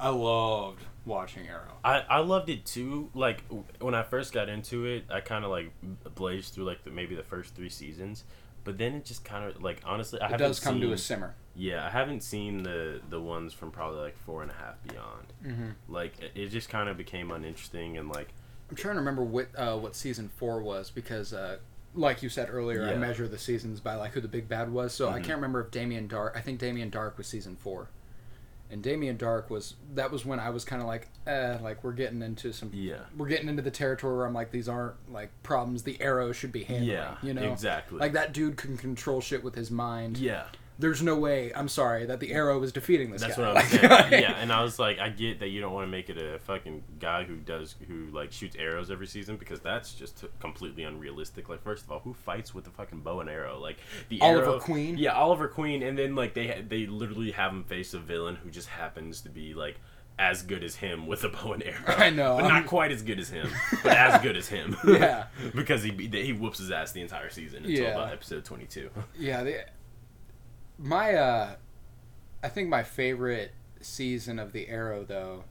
Speaker 1: I loved watching Arrow.
Speaker 2: I, I loved it too. Like w- when I first got into it, I kind of like blazed through like the, maybe the first three seasons, but then it just kind of like honestly, I
Speaker 1: It
Speaker 2: haven't
Speaker 1: does come
Speaker 2: seen,
Speaker 1: to a simmer.
Speaker 2: yeah. I haven't seen the the ones from probably like four and a half beyond.
Speaker 1: Mm-hmm.
Speaker 2: Like it, it just kind of became uninteresting and like
Speaker 1: I'm trying to remember what uh, what season four was because, uh, like you said earlier, I
Speaker 2: Yeah.
Speaker 1: measure the seasons by like who the big bad was. So I
Speaker 2: Mhm.
Speaker 1: can't remember if Damien Dark. I think Damien Dark was season four, and Damien Dark was that was when I was kind of like, eh, like we're getting into some,
Speaker 2: yeah,
Speaker 1: we're getting into the territory where I'm like, these aren't like problems the Arrow should be handling.
Speaker 2: yeah,
Speaker 1: you know,
Speaker 2: exactly.
Speaker 1: like that dude can control shit with his mind.
Speaker 2: yeah,
Speaker 1: There's no way. I'm sorry that the Arrow is defeating this
Speaker 2: that's
Speaker 1: guy.
Speaker 2: what I was saying.
Speaker 1: Like-
Speaker 2: yeah, and I was like, I get that you don't want to make it a fucking guy who does who like shoots arrows every season because that's just completely unrealistic. Like, first of all, who fights with a fucking bow and arrow? Like the
Speaker 1: Oliver
Speaker 2: arrow-
Speaker 1: Queen?
Speaker 2: Yeah, Oliver Queen, and then like they ha- they literally have him face a villain who just happens to be like. As good as him with a bow and arrow.
Speaker 1: I know,
Speaker 2: but
Speaker 1: I'm-
Speaker 2: not quite as good as him, but as good as him.
Speaker 1: Yeah.
Speaker 2: because he be- he whoops his ass the entire season until
Speaker 1: Yeah.
Speaker 2: about episode twenty two.
Speaker 1: Yeah, the, my uh, I think my favorite season of the Arrow though.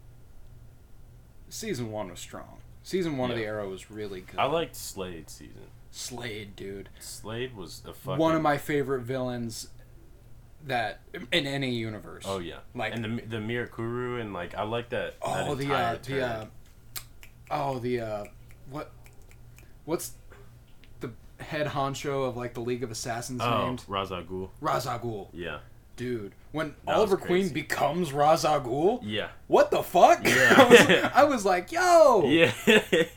Speaker 1: Season one was strong. Season one of
Speaker 2: Yeah.
Speaker 1: the Arrow was really good.
Speaker 2: I liked Slade season.
Speaker 1: Slade, dude,
Speaker 2: Slade was a fucking
Speaker 1: one of my favorite villains that in any universe.
Speaker 2: Oh yeah,
Speaker 1: Like-
Speaker 2: like and the the Mirakuru and like I like that.
Speaker 1: Oh,
Speaker 2: that
Speaker 1: the
Speaker 2: entire
Speaker 1: uh, the uh,
Speaker 2: turn.
Speaker 1: oh the uh, what, what's the head honcho of like the League of Assassins
Speaker 2: oh
Speaker 1: named?
Speaker 2: Ra's al Ghul.
Speaker 1: Razagul,
Speaker 2: Yeah,
Speaker 1: dude. When
Speaker 2: That was
Speaker 1: Oliver Queen
Speaker 2: crazy.
Speaker 1: becomes Razagul,
Speaker 2: yeah,
Speaker 1: what the fuck?
Speaker 2: Yeah.
Speaker 1: I, was, I was like, yo.
Speaker 2: yeah.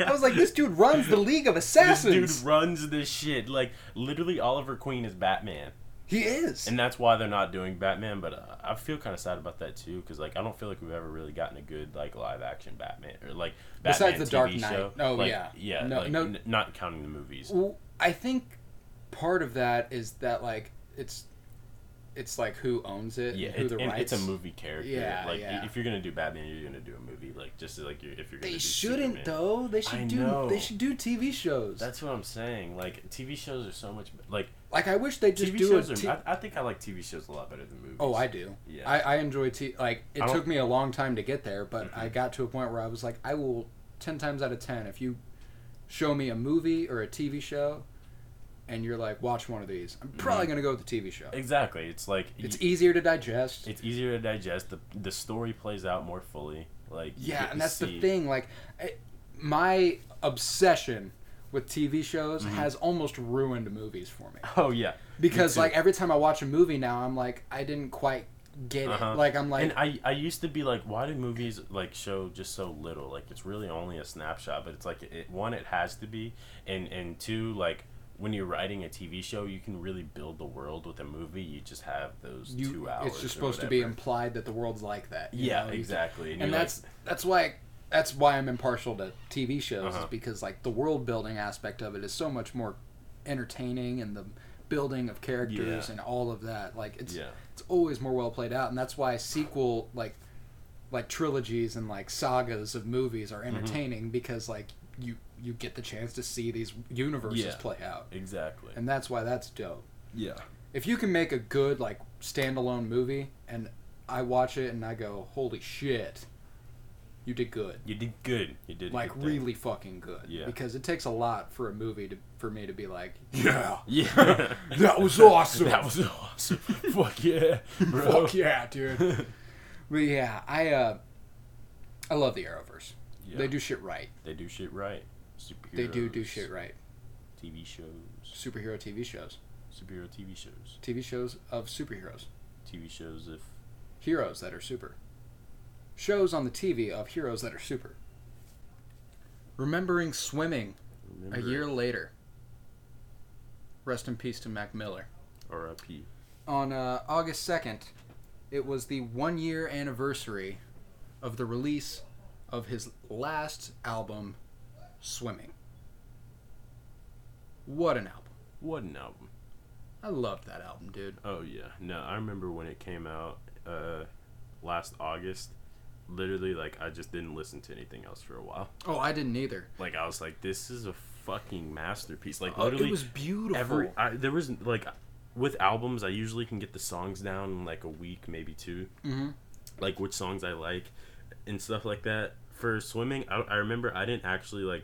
Speaker 1: I was like, this dude runs the League of
Speaker 2: this dude
Speaker 1: Assassins.
Speaker 2: runs this shit. Like literally, Oliver Queen is Batman,
Speaker 1: he is.
Speaker 2: and that's why they're not doing Batman. But uh, I feel kind of sad about that too, because like I don't feel like we've ever really gotten a good like live action Batman or like Batman
Speaker 1: Besides the
Speaker 2: TV
Speaker 1: Dark
Speaker 2: Show.
Speaker 1: Knight. Oh,
Speaker 2: Like,
Speaker 1: yeah.
Speaker 2: yeah.
Speaker 1: No-
Speaker 2: like,
Speaker 1: no-
Speaker 2: n- not counting the movies.
Speaker 1: Well, I think part of that is that like it's it's like who owns it,
Speaker 2: Yeah,
Speaker 1: and who
Speaker 2: it,
Speaker 1: the
Speaker 2: and
Speaker 1: rights.
Speaker 2: it's a movie character.
Speaker 1: Yeah,
Speaker 2: like
Speaker 1: yeah.
Speaker 2: if you're gonna do Batman, you're gonna do a movie. Like just like you're, if you're gonna
Speaker 1: They
Speaker 2: do
Speaker 1: shouldn't
Speaker 2: Superman.
Speaker 1: though. They should
Speaker 2: I
Speaker 1: do.
Speaker 2: know.
Speaker 1: They should do TV shows.
Speaker 2: That's what I'm saying. Like TV shows are so much like
Speaker 1: like I wish they just
Speaker 2: TV
Speaker 1: do a.
Speaker 2: shows.
Speaker 1: T-
Speaker 2: are, I, I think I like TV shows a lot better than movies.
Speaker 1: oh, I do.
Speaker 2: Yeah.
Speaker 1: I, I enjoy t. Like it
Speaker 2: I don't- Mm-hmm.
Speaker 1: took me a long time to get there, but I got to a point where I was like, I will ten times out of ten if you show me a movie or a TV show, and you're like, watch one of these. I'm probably
Speaker 2: Mm-hmm.
Speaker 1: gonna go with the TV show.
Speaker 2: exactly. It's like
Speaker 1: It's e-,
Speaker 2: it's,
Speaker 1: easier to digest.
Speaker 2: it's easier to digest. The the story plays out more fully. Like you
Speaker 1: yeah,
Speaker 2: get
Speaker 1: and
Speaker 2: to
Speaker 1: that's the
Speaker 2: see-
Speaker 1: thing. Like, I, my obsession with TV shows has almost ruined movies for me
Speaker 2: Oh yeah, Mm-hmm. Me
Speaker 1: because
Speaker 2: too.
Speaker 1: like every time I watch a movie now, I'm like, I didn't quite get
Speaker 2: Uh-huh.
Speaker 1: it. Like I'm like,
Speaker 2: and I, I used to be like, why do movies like show just so little? Like it's really only a snapshot, but it's like it, one, it has to be, and and two, like when you're writing a TV show, you can really build the world with a movie. You just have those
Speaker 1: you,
Speaker 2: two hours.
Speaker 1: it's just
Speaker 2: or
Speaker 1: supposed to be
Speaker 2: whatever.
Speaker 1: implied that the world's like that. you
Speaker 2: yeah,
Speaker 1: know? You-
Speaker 2: exactly.
Speaker 1: and
Speaker 2: you're like-
Speaker 1: that's that's why that's why I'm impartial to TV shows is
Speaker 2: Uh-huh.
Speaker 1: because like the world building aspect of it is so much more entertaining and the building of characters
Speaker 2: Yeah.
Speaker 1: and all of that like it's
Speaker 2: Yeah.
Speaker 1: it's always more well played out and that's why sequel like like trilogies and like sagas of movies
Speaker 2: Mm-hmm.
Speaker 1: are entertaining because like you you get the chance to see these universes
Speaker 2: Yeah.
Speaker 1: play out,
Speaker 2: Exactly.
Speaker 1: and that's why that's dope.
Speaker 2: Yeah.
Speaker 1: If you can make a good like standalone movie, and I watch it and I go, "Holy shit, you did good."
Speaker 2: You did good. You did a
Speaker 1: like
Speaker 2: good thing.
Speaker 1: really fucking good.
Speaker 2: Yeah.
Speaker 1: Because it takes a lot for a movie to for me to be like, yeah,
Speaker 2: Yeah.
Speaker 1: that was awesome.
Speaker 2: that was awesome. Fuck yeah, bro.
Speaker 1: Fuck yeah, dude. but yeah, I uh, I love the Arrowverse.
Speaker 2: Yeah.
Speaker 1: They do shit right.
Speaker 2: They do shit right. Superheroes.
Speaker 1: They do do shit right.
Speaker 2: TV shows.
Speaker 1: Superhero TV shows,
Speaker 2: Superhero TV shows.
Speaker 1: TV shows of superheroes,
Speaker 2: TV shows if
Speaker 1: heroes that are super, shows on the TV of heroes that are super. Remembering swimming
Speaker 2: remember.
Speaker 1: a year later. Rest in peace to Mac Miller.
Speaker 2: R.I.P.
Speaker 1: on uh, August 2nd, it was the one year anniversary of the release of his last album, Swimming. What an album.
Speaker 2: What an album.
Speaker 1: I loved that album, dude.
Speaker 2: Oh yeah. No, I remember when it came out uh last August. Literally like I just didn't listen to anything else for a while.
Speaker 1: Oh, I didn't either.
Speaker 2: Like I was like this is a fucking masterpiece. Like
Speaker 1: Oh,
Speaker 2: literally
Speaker 1: it was beautiful.
Speaker 2: every I, there was like with albums I usually can get the songs down in like a week maybe 2
Speaker 1: Mhm.
Speaker 2: like which songs I like and stuff like that for swimming I, I remember I didn't actually like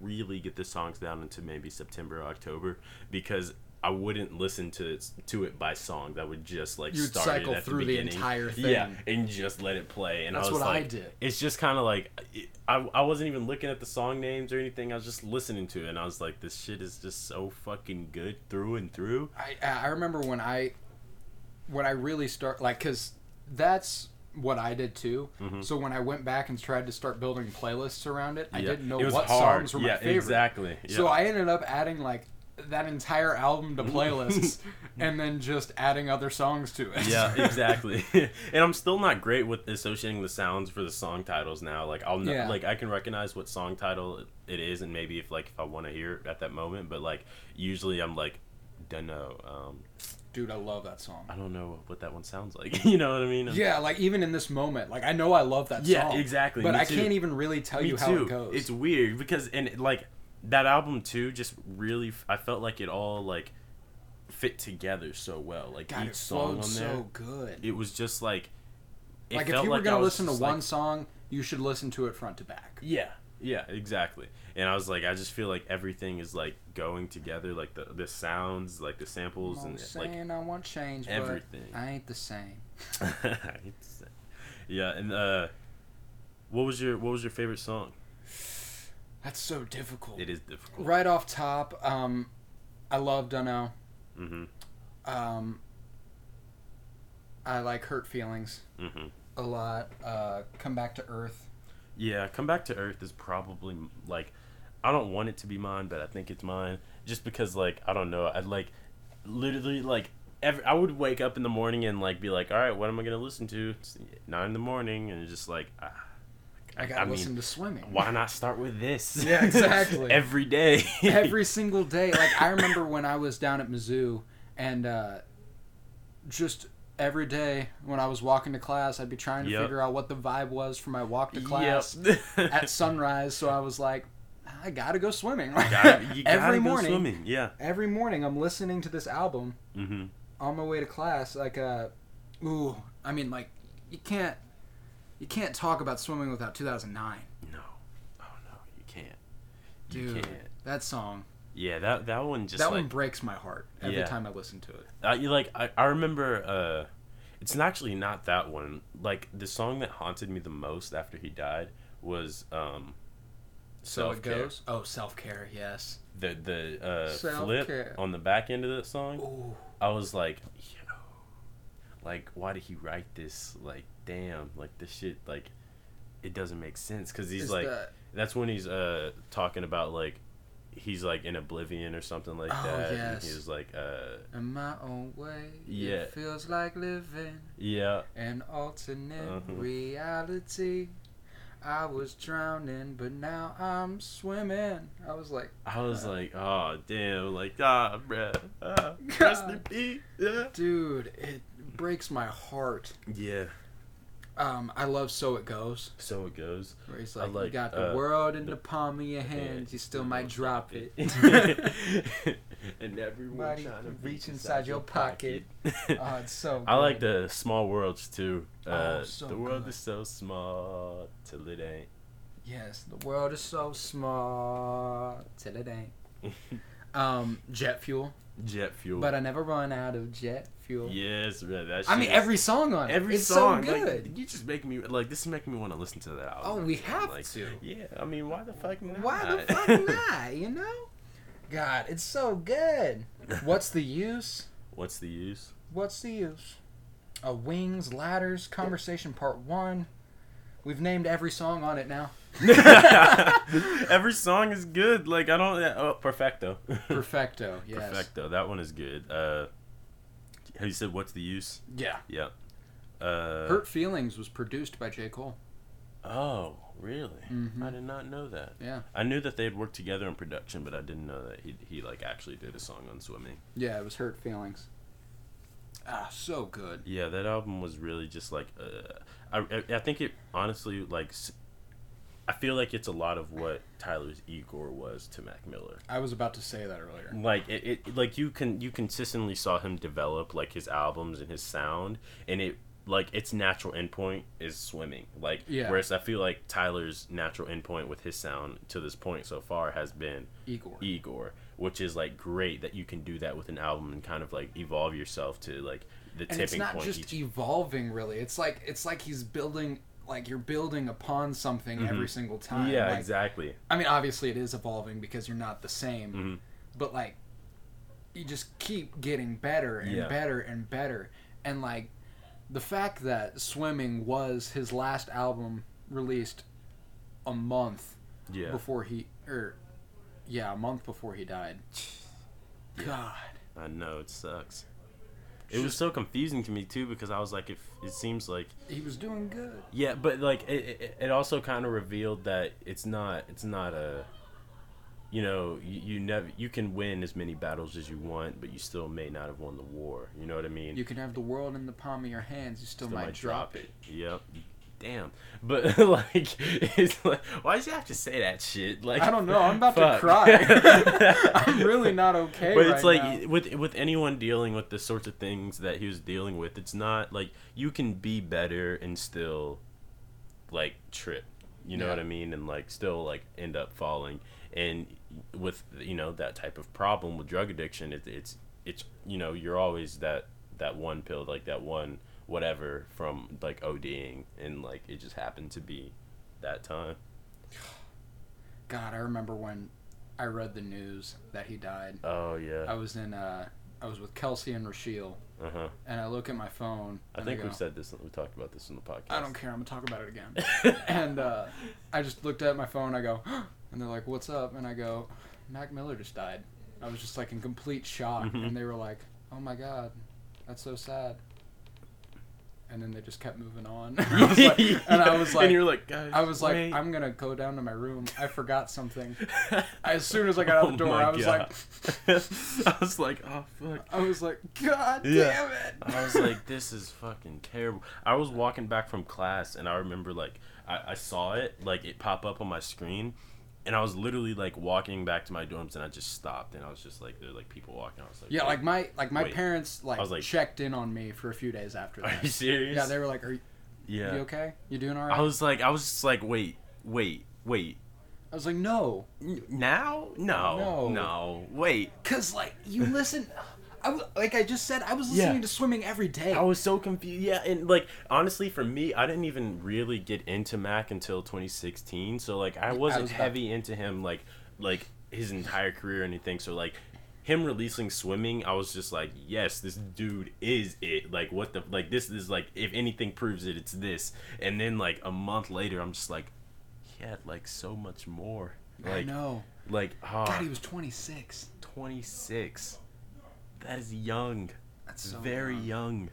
Speaker 2: really get the songs down until maybe September or October because I wouldn't listen to it, to it by song. I would just like
Speaker 1: You'd
Speaker 2: start
Speaker 1: cycle
Speaker 2: it at
Speaker 1: through the
Speaker 2: the, beginning.
Speaker 1: entire
Speaker 2: yeah,
Speaker 1: thing.
Speaker 2: and just let it play. And
Speaker 1: That's
Speaker 2: I was
Speaker 1: what I
Speaker 2: like,
Speaker 1: did.
Speaker 2: It's just kind of like I, I wasn't even looking at the song names or anything. I was just listening to it, and I was like, this shit is just so fucking good through and through.
Speaker 1: I I remember when I when I really start like cuz that's what I did too.
Speaker 2: Mm-hmm.
Speaker 1: So when I went back and tried to start building playlists around it, I
Speaker 2: Yeah.
Speaker 1: didn't know
Speaker 2: It was
Speaker 1: what
Speaker 2: hard.
Speaker 1: songs were my
Speaker 2: Yeah,
Speaker 1: favorite.
Speaker 2: exactly. Yeah.
Speaker 1: So I ended up adding like that entire album to playlists and then just adding other songs to it.
Speaker 2: yeah, exactly. and I'm still not great with associating the sounds for the song titles now. Like I'll know,
Speaker 1: Yeah.
Speaker 2: like I can recognize what song title it is, and maybe if like if I want to hear it at that moment. But like usually I'm like, don't know. Um,
Speaker 1: Dude, I love that song.
Speaker 2: I don't know what that one sounds like. you know what I mean? I'm-
Speaker 1: Yeah, like even in this moment, like I know I love that
Speaker 2: Yeah,
Speaker 1: song.
Speaker 2: exactly,
Speaker 1: But
Speaker 2: me
Speaker 1: I
Speaker 2: too.
Speaker 1: can't even really tell
Speaker 2: Me
Speaker 1: you how it goes.
Speaker 2: It's weird because and like that album too just really f- I felt like it all like fit together so well. Like
Speaker 1: God,
Speaker 2: each
Speaker 1: it
Speaker 2: song
Speaker 1: flowed
Speaker 2: on there,
Speaker 1: so good.
Speaker 2: it was just like it
Speaker 1: like if
Speaker 2: felt
Speaker 1: you were
Speaker 2: I
Speaker 1: gonna
Speaker 2: was
Speaker 1: listen to
Speaker 2: just,
Speaker 1: one
Speaker 2: like,
Speaker 1: song, you should listen to it front to back.
Speaker 2: Yeah, yeah, exactly. And I was like, I just feel like everything is like going together, like the the sounds, like the samples,
Speaker 1: I'm
Speaker 2: and like
Speaker 1: saying I want change, but
Speaker 2: everything.
Speaker 1: I ain't the same.
Speaker 2: It's- yeah. And uh, what was your what was your favorite song?
Speaker 1: That's so difficult.
Speaker 2: It is difficult.
Speaker 1: Right off top, um, I love Dunno.
Speaker 2: Mm-hmm.
Speaker 1: Um, I like Hurt Feelings
Speaker 2: Mm-hmm.
Speaker 1: a lot. Uh, Come Back to Earth.
Speaker 2: Yeah, Come Back to Earth is probably like I don't want it to be mine, but I think it's mine just because like I don't know, I'd like literally like every, I would wake up in the morning and like be like, "All right, what am I going to listen to?" It's 9 in the morning and it's just like ah,
Speaker 1: I gotta listen to Swimming.
Speaker 2: why not start with this?
Speaker 1: Yeah, exactly.
Speaker 2: Every day.
Speaker 1: Every single day. Like, I remember when I was down at Mizzou and uh, just every day when I was walking to class, I'd be trying to
Speaker 2: Yep.
Speaker 1: figure out what the vibe was for my walk to
Speaker 2: Yep.
Speaker 1: class at sunrise. So I was like, I gotta go swimming.
Speaker 2: Gotta- you gotta
Speaker 1: every
Speaker 2: go
Speaker 1: morning.
Speaker 2: swimming. Yeah.
Speaker 1: Every morning, I'm listening to this album
Speaker 2: Mm-hmm.
Speaker 1: on my way to class, like, uh, ooh, I mean, like, you can't, you can't talk about swimming without 2009,
Speaker 2: No. Oh no, you can't. You
Speaker 1: dude.
Speaker 2: can't.
Speaker 1: That song,
Speaker 2: Yeah, that that one just
Speaker 1: that
Speaker 2: like
Speaker 1: one breaks my heart every
Speaker 2: Yeah.
Speaker 1: time I listen to it.
Speaker 2: I, you like I, I remember uh it's actually not that one like the song that haunted me the most after he died was um
Speaker 1: So it
Speaker 2: Self-Care.
Speaker 1: goes. Oh, self care, yes.
Speaker 2: the the uh
Speaker 1: Self-Care.
Speaker 2: flip on the back end of that song
Speaker 1: Ooh,
Speaker 2: i was like yo like why did he write this like damn like this shit like it doesn't make sense because he's
Speaker 1: Is
Speaker 2: like
Speaker 1: that-
Speaker 2: that's when he's uh talking about like he's like in oblivion or something like
Speaker 1: Oh,
Speaker 2: that and
Speaker 1: yes.
Speaker 2: he was like uh
Speaker 1: in my own way.
Speaker 2: Yeah.
Speaker 1: It feels like living
Speaker 2: yeah
Speaker 1: an alternate
Speaker 2: Uh-huh.
Speaker 1: reality. I was drowning, but now I'm swimming. I was like,
Speaker 2: I was like, oh damn, like ah, bruh, ah, rest in
Speaker 1: God.
Speaker 2: peace. Yeah.
Speaker 1: dude, it breaks my heart.
Speaker 2: yeah,
Speaker 1: Um, I love "So It Goes,"
Speaker 2: So it goes.
Speaker 1: where he's
Speaker 2: I
Speaker 1: like, "You
Speaker 2: like,
Speaker 1: got the
Speaker 2: uh,
Speaker 1: world in the,
Speaker 2: the-
Speaker 1: palm of your hands, you still might drop it."
Speaker 2: and everyone
Speaker 1: Body
Speaker 2: trying to
Speaker 1: can reach inside your pocket. oh, it's so.
Speaker 2: I like
Speaker 1: good.
Speaker 2: the small worlds too. Uh,
Speaker 1: Oh, so
Speaker 2: the world
Speaker 1: good.
Speaker 2: is so small till it ain't.
Speaker 1: Yes, the world is so small till it ain't. Um, jet fuel,
Speaker 2: Jet fuel.
Speaker 1: but I never run out of jet fuel.
Speaker 2: yes, man, that
Speaker 1: I
Speaker 2: shit
Speaker 1: mean,
Speaker 2: is-
Speaker 1: every song on it.
Speaker 2: every
Speaker 1: it's
Speaker 2: song.
Speaker 1: so
Speaker 2: like,
Speaker 1: good.
Speaker 2: you just make me like this is making me want to listen to that album.
Speaker 1: Oh, we
Speaker 2: man,
Speaker 1: have
Speaker 2: like,
Speaker 1: to.
Speaker 2: Yeah, I mean, why the fuck not?
Speaker 1: Why the fuck not? You know, God, it's so good. What's the use?
Speaker 2: What's the use?
Speaker 1: What's the use? A wings, ladders, conversation part one. We've named every song on it now.
Speaker 2: Every song is good. Like I don't. Oh, perfecto.
Speaker 1: Perfecto. Yes.
Speaker 2: Perfecto. That one is good. Uh, have you said what's the use?
Speaker 1: Yeah.
Speaker 2: Yep. Uh,
Speaker 1: Hurt Feelings was produced by J. Cole.
Speaker 2: Oh, really?
Speaker 1: Mhm.
Speaker 2: I did not know that.
Speaker 1: Yeah.
Speaker 2: I knew that they had worked together in production, but I didn't know that he he like actually did a song on swimming.
Speaker 1: Yeah, it was Hurt Feelings. Ah, so good.
Speaker 2: Yeah, that album was really just like uh, I I I think it honestly like s- I feel like it's a lot of what Tyler's Igor was to Mac Miller.
Speaker 1: I was about to say that earlier.
Speaker 2: Like it, it like you can you consistently saw him develop like his albums and his sound and it like its natural endpoint is swimming. Like
Speaker 1: Yeah.
Speaker 2: whereas I feel like Tyler's natural endpoint with his sound to this point so far has been
Speaker 1: Igor.
Speaker 2: Igor, which is like great that you can do that with an album and kind of like evolve yourself to like the
Speaker 1: and
Speaker 2: tipping
Speaker 1: it's not
Speaker 2: point.
Speaker 1: just
Speaker 2: each-
Speaker 1: evolving really. It's like it's like he's building like you're building upon something every single time.
Speaker 2: Mm-hmm. yeah,
Speaker 1: Like,
Speaker 2: exactly.
Speaker 1: I mean, obviously it is evolving because you're not the same,
Speaker 2: Mm-hmm.
Speaker 1: but like you just keep getting better and
Speaker 2: Yeah.
Speaker 1: better and better. And like the fact that Swimming was his last album released a month
Speaker 2: Yeah,
Speaker 1: before he or yeah, a month before he died. God.
Speaker 2: I know it sucks. It was so confusing to me too because I was like, if it seems like
Speaker 1: He was doing good.
Speaker 2: yeah, but like it, it, it also kind of revealed that it's not it's not a you know you, you never you can win as many battles as you want, but you still may not have won the war. You know what I mean?
Speaker 1: You can have the world in the palm of your hands, you still,
Speaker 2: Still
Speaker 1: might, drop, it.
Speaker 2: Yep. Damn. But like, it's like, why does you have to say that shit? Like,
Speaker 1: I don't know, I'm about to
Speaker 2: fuck.
Speaker 1: cry. I'm really not okay.
Speaker 2: But
Speaker 1: right
Speaker 2: it's like
Speaker 1: now.
Speaker 2: with with anyone dealing with the sorts of things that he was dealing with, it's not like you can be better and still like trip. You know
Speaker 1: Yeah.
Speaker 2: what I mean? And like still like end up falling. And with you know that type of problem with drug addiction, it, it's it's you know you're always that that one pill like that one whatever from like ODing and like it just happened to be that time.
Speaker 1: God, I remember when I read the news that he died.
Speaker 2: Oh
Speaker 1: I
Speaker 2: yeah.
Speaker 1: was in uh I was with Kelsey and Rasheel
Speaker 2: Uh huh.
Speaker 1: and I look at my phone
Speaker 2: I
Speaker 1: and I
Speaker 2: think
Speaker 1: go,
Speaker 2: we said this. We talked about this in the podcast.
Speaker 1: I don't care, I'm gonna talk about it again. and uh I just looked at my phone, I go, and they're like, What's up? And I go, Mac Miller just died. I was just like in complete shock
Speaker 2: Mhm.
Speaker 1: and they were like, Oh my god, that's so sad. And then they just kept moving on. I was like, and I was like,
Speaker 2: and you're like, guys,
Speaker 1: I was like,
Speaker 2: wait."
Speaker 1: I'm gonna go down to my room. I forgot something. As soon as I got out the
Speaker 2: Oh
Speaker 1: door,
Speaker 2: my
Speaker 1: I was
Speaker 2: God.
Speaker 1: like,
Speaker 2: I was like, oh fuck.
Speaker 1: I was like, God
Speaker 2: Yeah.
Speaker 1: damn it!
Speaker 2: I was like, this is fucking terrible. I was walking back from class, and I remember like I, I saw it like it pop up on my screen, and I was literally like walking back to my dorms, and I just stopped, and I was just like, there were, like people walking. I was like,
Speaker 1: yeah, like my like my
Speaker 2: Wait.
Speaker 1: parents like,
Speaker 2: I was like-
Speaker 1: checked in on me for a few days after
Speaker 2: are you
Speaker 1: that.
Speaker 2: serious?
Speaker 1: Yeah, they were like, "Are you,
Speaker 2: yeah.
Speaker 1: you okay? You doing all right?"
Speaker 2: I was like, I was just like, wait, wait, wait.
Speaker 1: like, "No,"
Speaker 2: N- Now?
Speaker 1: No.
Speaker 2: No, no, Wait.
Speaker 1: because like you listen, I w- like I just said, I was
Speaker 2: Yeah.
Speaker 1: listening to swimming every day.
Speaker 2: I was so confused. Yeah, and like honestly, for me, I didn't even really get into Mac until 2016. So like, I wasn't
Speaker 1: was about-
Speaker 2: heavy into him like like his entire career or anything. So like, him releasing Swimming, I was just like, yes, this dude is it. Like, what the like? This is like, if anything proves it, it's this. And then like a month later, I'm just like, he had like so much more.
Speaker 1: I
Speaker 2: Like,
Speaker 1: know.
Speaker 2: like ah,
Speaker 1: God, he was 26.
Speaker 2: 26. That is young.
Speaker 1: That's so
Speaker 2: Very
Speaker 1: young.
Speaker 2: young.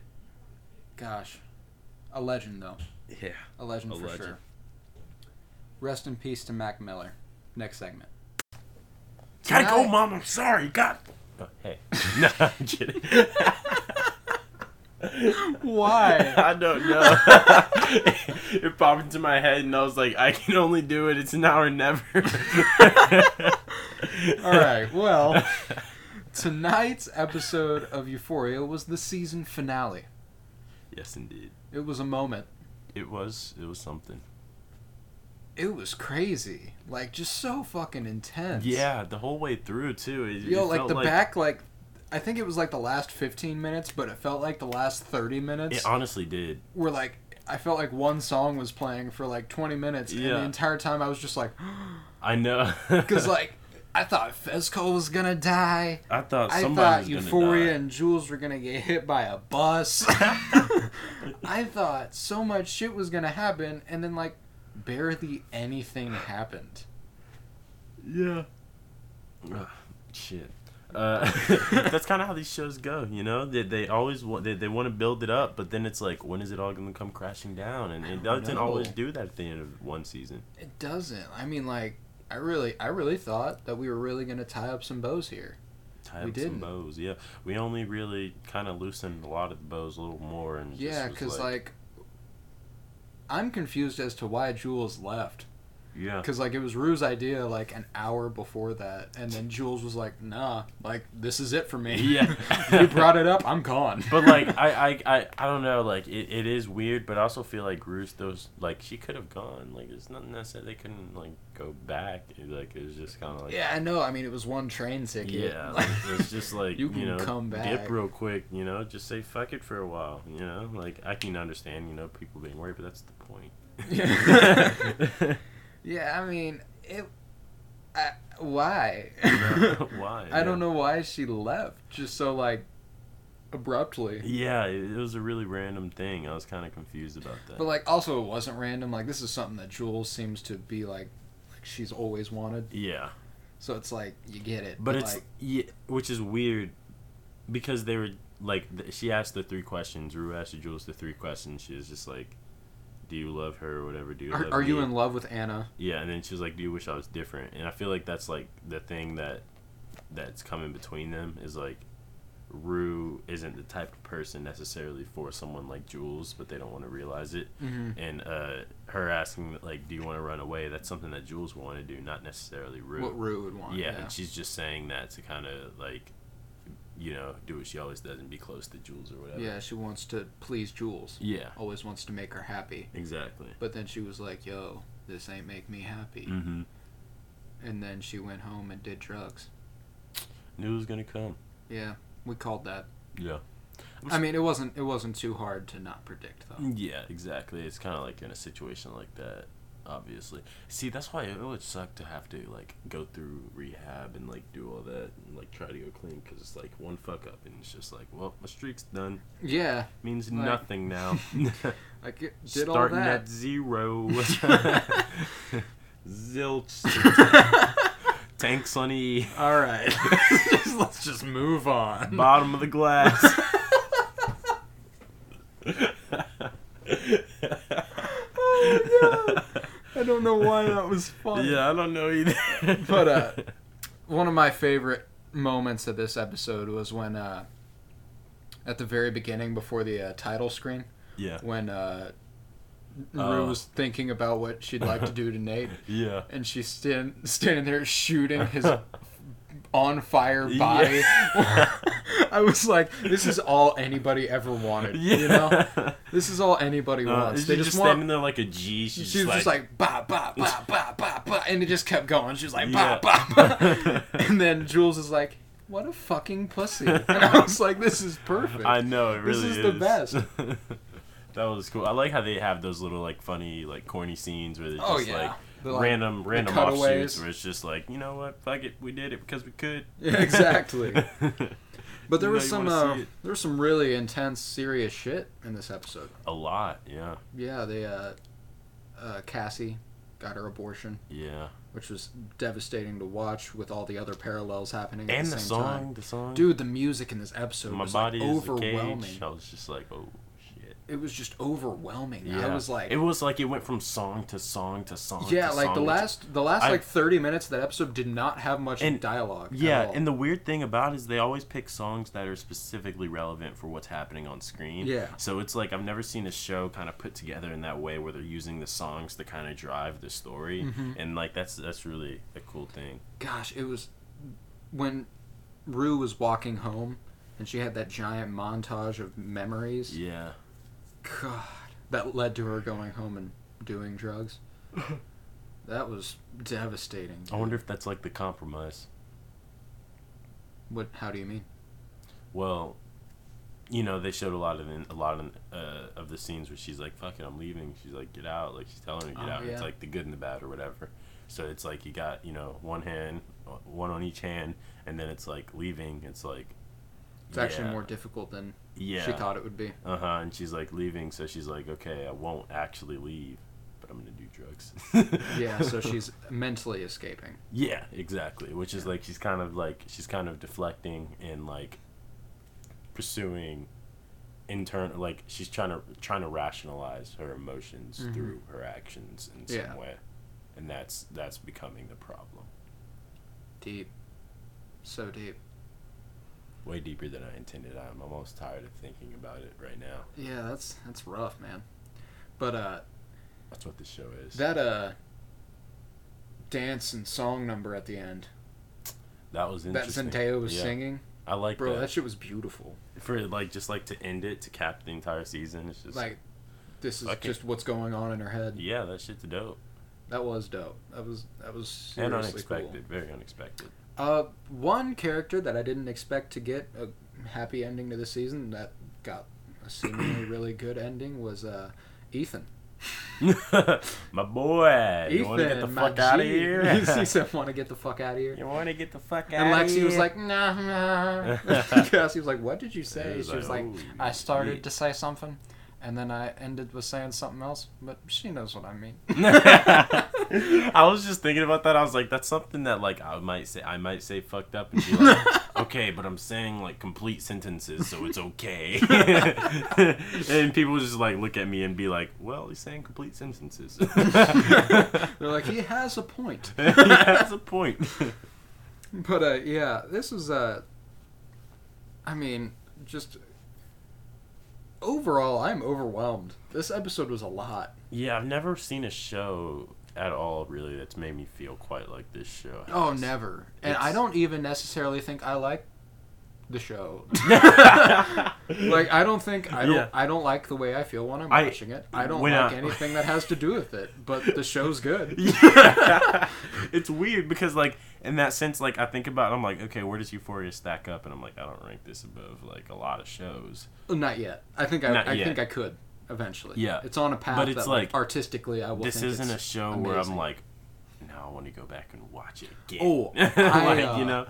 Speaker 1: Gosh, a legend though.
Speaker 2: Yeah.
Speaker 1: A legend
Speaker 2: A
Speaker 1: for
Speaker 2: legend.
Speaker 1: sure. Rest in peace to Mac Miller. Next segment.
Speaker 2: Gotta go,
Speaker 1: Tonight-
Speaker 2: mom. I'm sorry. God. Oh, hey. no, I'm kidding.
Speaker 1: Why?
Speaker 2: I don't know. it popped into my head, and I was like, I can only do it. It's now or never.
Speaker 1: All right. Well, tonight's episode of Euphoria was the season finale.
Speaker 2: Yes, indeed.
Speaker 1: It was a moment.
Speaker 2: It was. It was something.
Speaker 1: It was crazy. Like just so fucking intense.
Speaker 2: Yeah, the whole way through too. It,
Speaker 1: Yo,
Speaker 2: it
Speaker 1: like
Speaker 2: felt
Speaker 1: the back like I think it was like the last 15 minutes, but it felt like the last 30 minutes
Speaker 2: It honestly did.
Speaker 1: were like I felt like one song was playing for like 20 minutes and the
Speaker 2: Yeah.
Speaker 1: entire time I was just like
Speaker 2: I know.
Speaker 1: cuz like I thought Fezco was going to die.
Speaker 2: I thought
Speaker 1: I
Speaker 2: somebody
Speaker 1: thought
Speaker 2: was
Speaker 1: Euphoria
Speaker 2: gonna die.
Speaker 1: and Jules were gonna get hit by a bus. I thought so much shit was gonna happen, and then like barely anything happened.
Speaker 2: Yeah.
Speaker 1: Ah,
Speaker 2: shit. Uh, that's kind of how these shows go, you know. They, they always want they, they want to build it up, but then it's like, when is it all going to come crashing down? And it
Speaker 1: don't
Speaker 2: doesn't
Speaker 1: know.
Speaker 2: always do that at the end of one season.
Speaker 1: It doesn't. I mean, like I really, I really thought that we were really gonna tie up some bows here.
Speaker 2: Tie
Speaker 1: We
Speaker 2: up
Speaker 1: didn't.
Speaker 2: some bows, yeah. We only really kind of loosened a lot of the bows a little more, and just
Speaker 1: Yeah,
Speaker 2: was
Speaker 1: because like I'm confused as to why Jules left.
Speaker 2: yeah,
Speaker 1: Because like it was Rue's idea like an hour before that, and then Jules was like, "Nah, like this is it for me.
Speaker 2: Yeah.
Speaker 1: you brought it up, I'm gone."
Speaker 2: but like I, I I I don't know like it, it is weird but I also feel like Ruth those like she could have gone like there's nothing that said they couldn't like go back It- like it was just kind of like
Speaker 1: Yeah, I know. I mean, it was one train ticket.
Speaker 2: yeah like, it's just like
Speaker 1: You
Speaker 2: you,
Speaker 1: can
Speaker 2: know
Speaker 1: come back.
Speaker 2: dip real quick you know just say fuck it for a while you know like I can understand you know people being worried but that's the point
Speaker 1: yeah, I mean, it. I, why?
Speaker 2: why
Speaker 1: I don't
Speaker 2: Yeah.
Speaker 1: know why she left just so like abruptly.
Speaker 2: yeah it, it was a really random thing I was kind of confused about that
Speaker 1: But like, also, it wasn't random. Like, this is something that Jules seems to be like, like she's always wanted.
Speaker 2: yeah
Speaker 1: So it's like you get it.
Speaker 2: But it's
Speaker 1: like,
Speaker 2: yeah, which is weird because they were like th- she asked the three questions. Rue asked Jules the three questions. She was just like, "Do you love her or whatever? Do you love
Speaker 1: are, are you
Speaker 2: me?"
Speaker 1: in love with Anna?
Speaker 2: Yeah, and then she was like, "Do you wish I was different?" And I feel like that's like the thing that that's coming between them is like Rue isn't the type of person necessarily for someone like Jules, but they don't want to realize it.
Speaker 1: Mhm.
Speaker 2: And uh, her asking like, "Do you want to run away?" That's something that Jules would want to do, not necessarily Rue.
Speaker 1: What Rue would want.
Speaker 2: Yeah, and she's just saying that to kind of like, you know, do what she always does and be close to Jules or whatever.
Speaker 1: yeah. She wants to please Jules.
Speaker 2: Yeah.
Speaker 1: Always wants to make her happy.
Speaker 2: Exactly.
Speaker 1: But then she was like, "Yo, this ain't make me happy."
Speaker 2: Mm-hmm.
Speaker 1: And then she went home and did drugs.
Speaker 2: Knew it was gonna come.
Speaker 1: Yeah, we called that.
Speaker 2: Yeah.
Speaker 1: I mean, it wasn't it wasn't too hard to not predict though.
Speaker 2: Yeah, exactly. It's kind of like in a situation like that, obviously. See, that's why it would suck to have to like go through rehab and like do all that and like try to go clean because it's like one fuck up and it's just like, well, my streak's done.
Speaker 1: Yeah,
Speaker 2: Means
Speaker 1: Like-
Speaker 2: nothing now.
Speaker 1: I get, did all
Speaker 2: Starting
Speaker 1: that.
Speaker 2: at zero. Zilch. Tanks on E.
Speaker 1: All right, Just- let's just move on.
Speaker 2: Bottom of the glass.
Speaker 1: Oh, I don't know why that was funny.
Speaker 2: yeah, I don't know either.
Speaker 1: But, uh, One of my favorite moments of this episode was when, uh, at the very beginning before the uh, title screen,
Speaker 2: yeah,
Speaker 1: when uh, Rue
Speaker 2: Oh.
Speaker 1: was thinking about what she'd like to do to Nate,
Speaker 2: yeah.
Speaker 1: and she's stand, standing there shooting his on fire body.
Speaker 2: Yeah.
Speaker 1: I was like, this is all anybody ever wanted. You know, this is all anybody
Speaker 2: Uh,
Speaker 1: wants.
Speaker 2: is
Speaker 1: They
Speaker 2: she
Speaker 1: just,
Speaker 2: just
Speaker 1: want.
Speaker 2: standing there like a G? She's,
Speaker 1: She was just like ba ba ba ba ba ba, and it just kept going. She was like ba
Speaker 2: Yeah.
Speaker 1: ba ba, and then Jules is like, "What a fucking pussy!" And I was like, "This is perfect."
Speaker 2: I know it
Speaker 1: This
Speaker 2: really
Speaker 1: is the best.
Speaker 2: that was cool. I like how they have those little like funny like corny scenes where they're just
Speaker 1: Oh, yeah.
Speaker 2: like,
Speaker 1: The, like,
Speaker 2: random random
Speaker 1: cutaways.
Speaker 2: offshoots where it's just like you know what fuck it we did it because we could
Speaker 1: exactly. But there
Speaker 2: You
Speaker 1: was
Speaker 2: know you
Speaker 1: some
Speaker 2: wanna
Speaker 1: uh,
Speaker 2: see it.
Speaker 1: there was some really intense, serious shit in this episode.
Speaker 2: a lot yeah
Speaker 1: Yeah, they uh, uh, Cassie got her abortion,
Speaker 2: yeah
Speaker 1: which was devastating to watch with all the other parallels happening. at
Speaker 2: and
Speaker 1: the,
Speaker 2: the
Speaker 1: same
Speaker 2: song
Speaker 1: time.
Speaker 2: the song
Speaker 1: dude, the music in this episode
Speaker 2: my
Speaker 1: was
Speaker 2: body
Speaker 1: like,
Speaker 2: is
Speaker 1: overwhelming.
Speaker 2: a cage I was just like oh shit
Speaker 1: it was just overwhelming.
Speaker 2: Yeah.
Speaker 1: I was like,
Speaker 2: it was like it went from song to song to song.
Speaker 1: yeah,
Speaker 2: to
Speaker 1: like the
Speaker 2: song to-
Speaker 1: last the last
Speaker 2: I-
Speaker 1: like thirty minutes of that episode did not have much
Speaker 2: And-
Speaker 1: dialogue. at
Speaker 2: Yeah,
Speaker 1: all.
Speaker 2: and the weird thing about it is they always pick songs that are specifically relevant for what's happening on screen.
Speaker 1: Yeah.
Speaker 2: So it's like I've never seen a show kind of put together in that way where they're using the songs to kind of drive the story,
Speaker 1: Mm-hmm.
Speaker 2: and like that's that's really a cool thing.
Speaker 1: gosh, it was when Rue was walking home and she had that giant montage of memories.
Speaker 2: Yeah.
Speaker 1: God, that led to her going home and doing drugs. that was devastating.
Speaker 2: I wonder if that's like the compromise.
Speaker 1: What? How do you mean?
Speaker 2: Well, you know they showed a lot of in, a lot of uh, of the scenes where she's like, "Fuck it, I'm leaving." She's like, "Get out!" Like she's telling her, to "Get
Speaker 1: Oh,
Speaker 2: out." It's
Speaker 1: yeah.
Speaker 2: like the good and the bad or whatever. So it's like you got you know one hand, uh, one on each hand, and then it's like leaving. It's like
Speaker 1: It's actually
Speaker 2: yeah,
Speaker 1: more difficult than
Speaker 2: Yeah.
Speaker 1: she thought it would be.
Speaker 2: Uh huh. And she's like leaving, so she's like, "Okay, I won't actually leave, but I'm gonna do drugs."
Speaker 1: Yeah, so she's mentally escaping.
Speaker 2: Yeah, exactly. Which is like she's kind of like she's kind of deflecting and like pursuing intern like she's trying to trying to rationalize her emotions
Speaker 1: Mhm.
Speaker 2: through her actions in some
Speaker 1: Yeah.
Speaker 2: way. And that's that's becoming the problem.
Speaker 1: Deep. So deep.
Speaker 2: Way deeper than I intended. I'm almost tired of thinking about it right now.
Speaker 1: Yeah, that's that's rough, man. But uh
Speaker 2: That's what the show is. That,
Speaker 1: that uh dance and song number at the end
Speaker 2: was
Speaker 1: that
Speaker 2: interesting.
Speaker 1: Zendaya was
Speaker 2: Yeah.
Speaker 1: singing,
Speaker 2: I like
Speaker 1: bro,
Speaker 2: that.
Speaker 1: that shit was beautiful.
Speaker 2: For like just like to end it to cap the entire season. It's just
Speaker 1: Like this is
Speaker 2: Fuck it.
Speaker 1: just what's going on in her head.
Speaker 2: yeah, that shit's dope
Speaker 1: That was dope. That was that was
Speaker 2: and
Speaker 1: seriously
Speaker 2: unexpected. Very unexpected.
Speaker 1: cool. Uh, one character that I didn't expect to get a happy ending to the season that got a seemingly really good ending was uh, Ethan.
Speaker 2: my boy, you want to get the
Speaker 1: Ethan, my
Speaker 2: fuck out of
Speaker 1: G.
Speaker 2: here?
Speaker 1: he said, "Want to get the fuck out of here?"
Speaker 2: you want to get the fuck out
Speaker 1: And
Speaker 2: of here?
Speaker 1: Lexi was like, "Nah, nah." Cassie was like, "What did you
Speaker 2: It
Speaker 1: say?"
Speaker 2: was
Speaker 1: she was
Speaker 2: like,
Speaker 1: like,
Speaker 2: "Oh,
Speaker 1: "I started
Speaker 2: shit."
Speaker 1: to say something, and then I ended with saying something else, but she knows what I mean."
Speaker 2: I was just thinking about that. I was like, that's something that like I might say. I might say fucked up and be like, okay, but I'm saying like complete sentences, so it's okay. and people just like look at me and be like, well, he's saying complete sentences.
Speaker 1: They're like, "He has a point."
Speaker 2: he has a point.
Speaker 1: But uh, yeah, this is uh, I mean, just overall, I'm overwhelmed. This episode was a lot.
Speaker 2: Yeah, I've never seen a show at all really that's made me feel quite like this show.
Speaker 1: Oh,
Speaker 2: has.
Speaker 1: never. And I
Speaker 2: It's-
Speaker 1: don't even necessarily think I like the show. like I don't think I don't
Speaker 2: Yeah.
Speaker 1: I don't like the way I feel when I'm
Speaker 2: I-
Speaker 1: watching it. I don't
Speaker 2: when
Speaker 1: like
Speaker 2: I-
Speaker 1: anything that has to do with it. But the show's good.
Speaker 2: Yeah. it's weird because like in that sense like i think about it, i'm like okay where does euphoria stack up and i'm like i don't rank this above like a lot of shows
Speaker 1: Not yet. I think I,
Speaker 2: Not
Speaker 1: I
Speaker 2: yet.
Speaker 1: think I could eventually.
Speaker 2: Yeah.
Speaker 1: It's on a path
Speaker 2: But it's
Speaker 1: that like,
Speaker 2: like,
Speaker 1: artistically I will
Speaker 2: this
Speaker 1: think
Speaker 2: isn't a
Speaker 1: it's
Speaker 2: show where i'm
Speaker 1: amazing.
Speaker 2: like now i want to go back and watch it again
Speaker 1: Oh,
Speaker 2: like
Speaker 1: I, uh,
Speaker 2: you know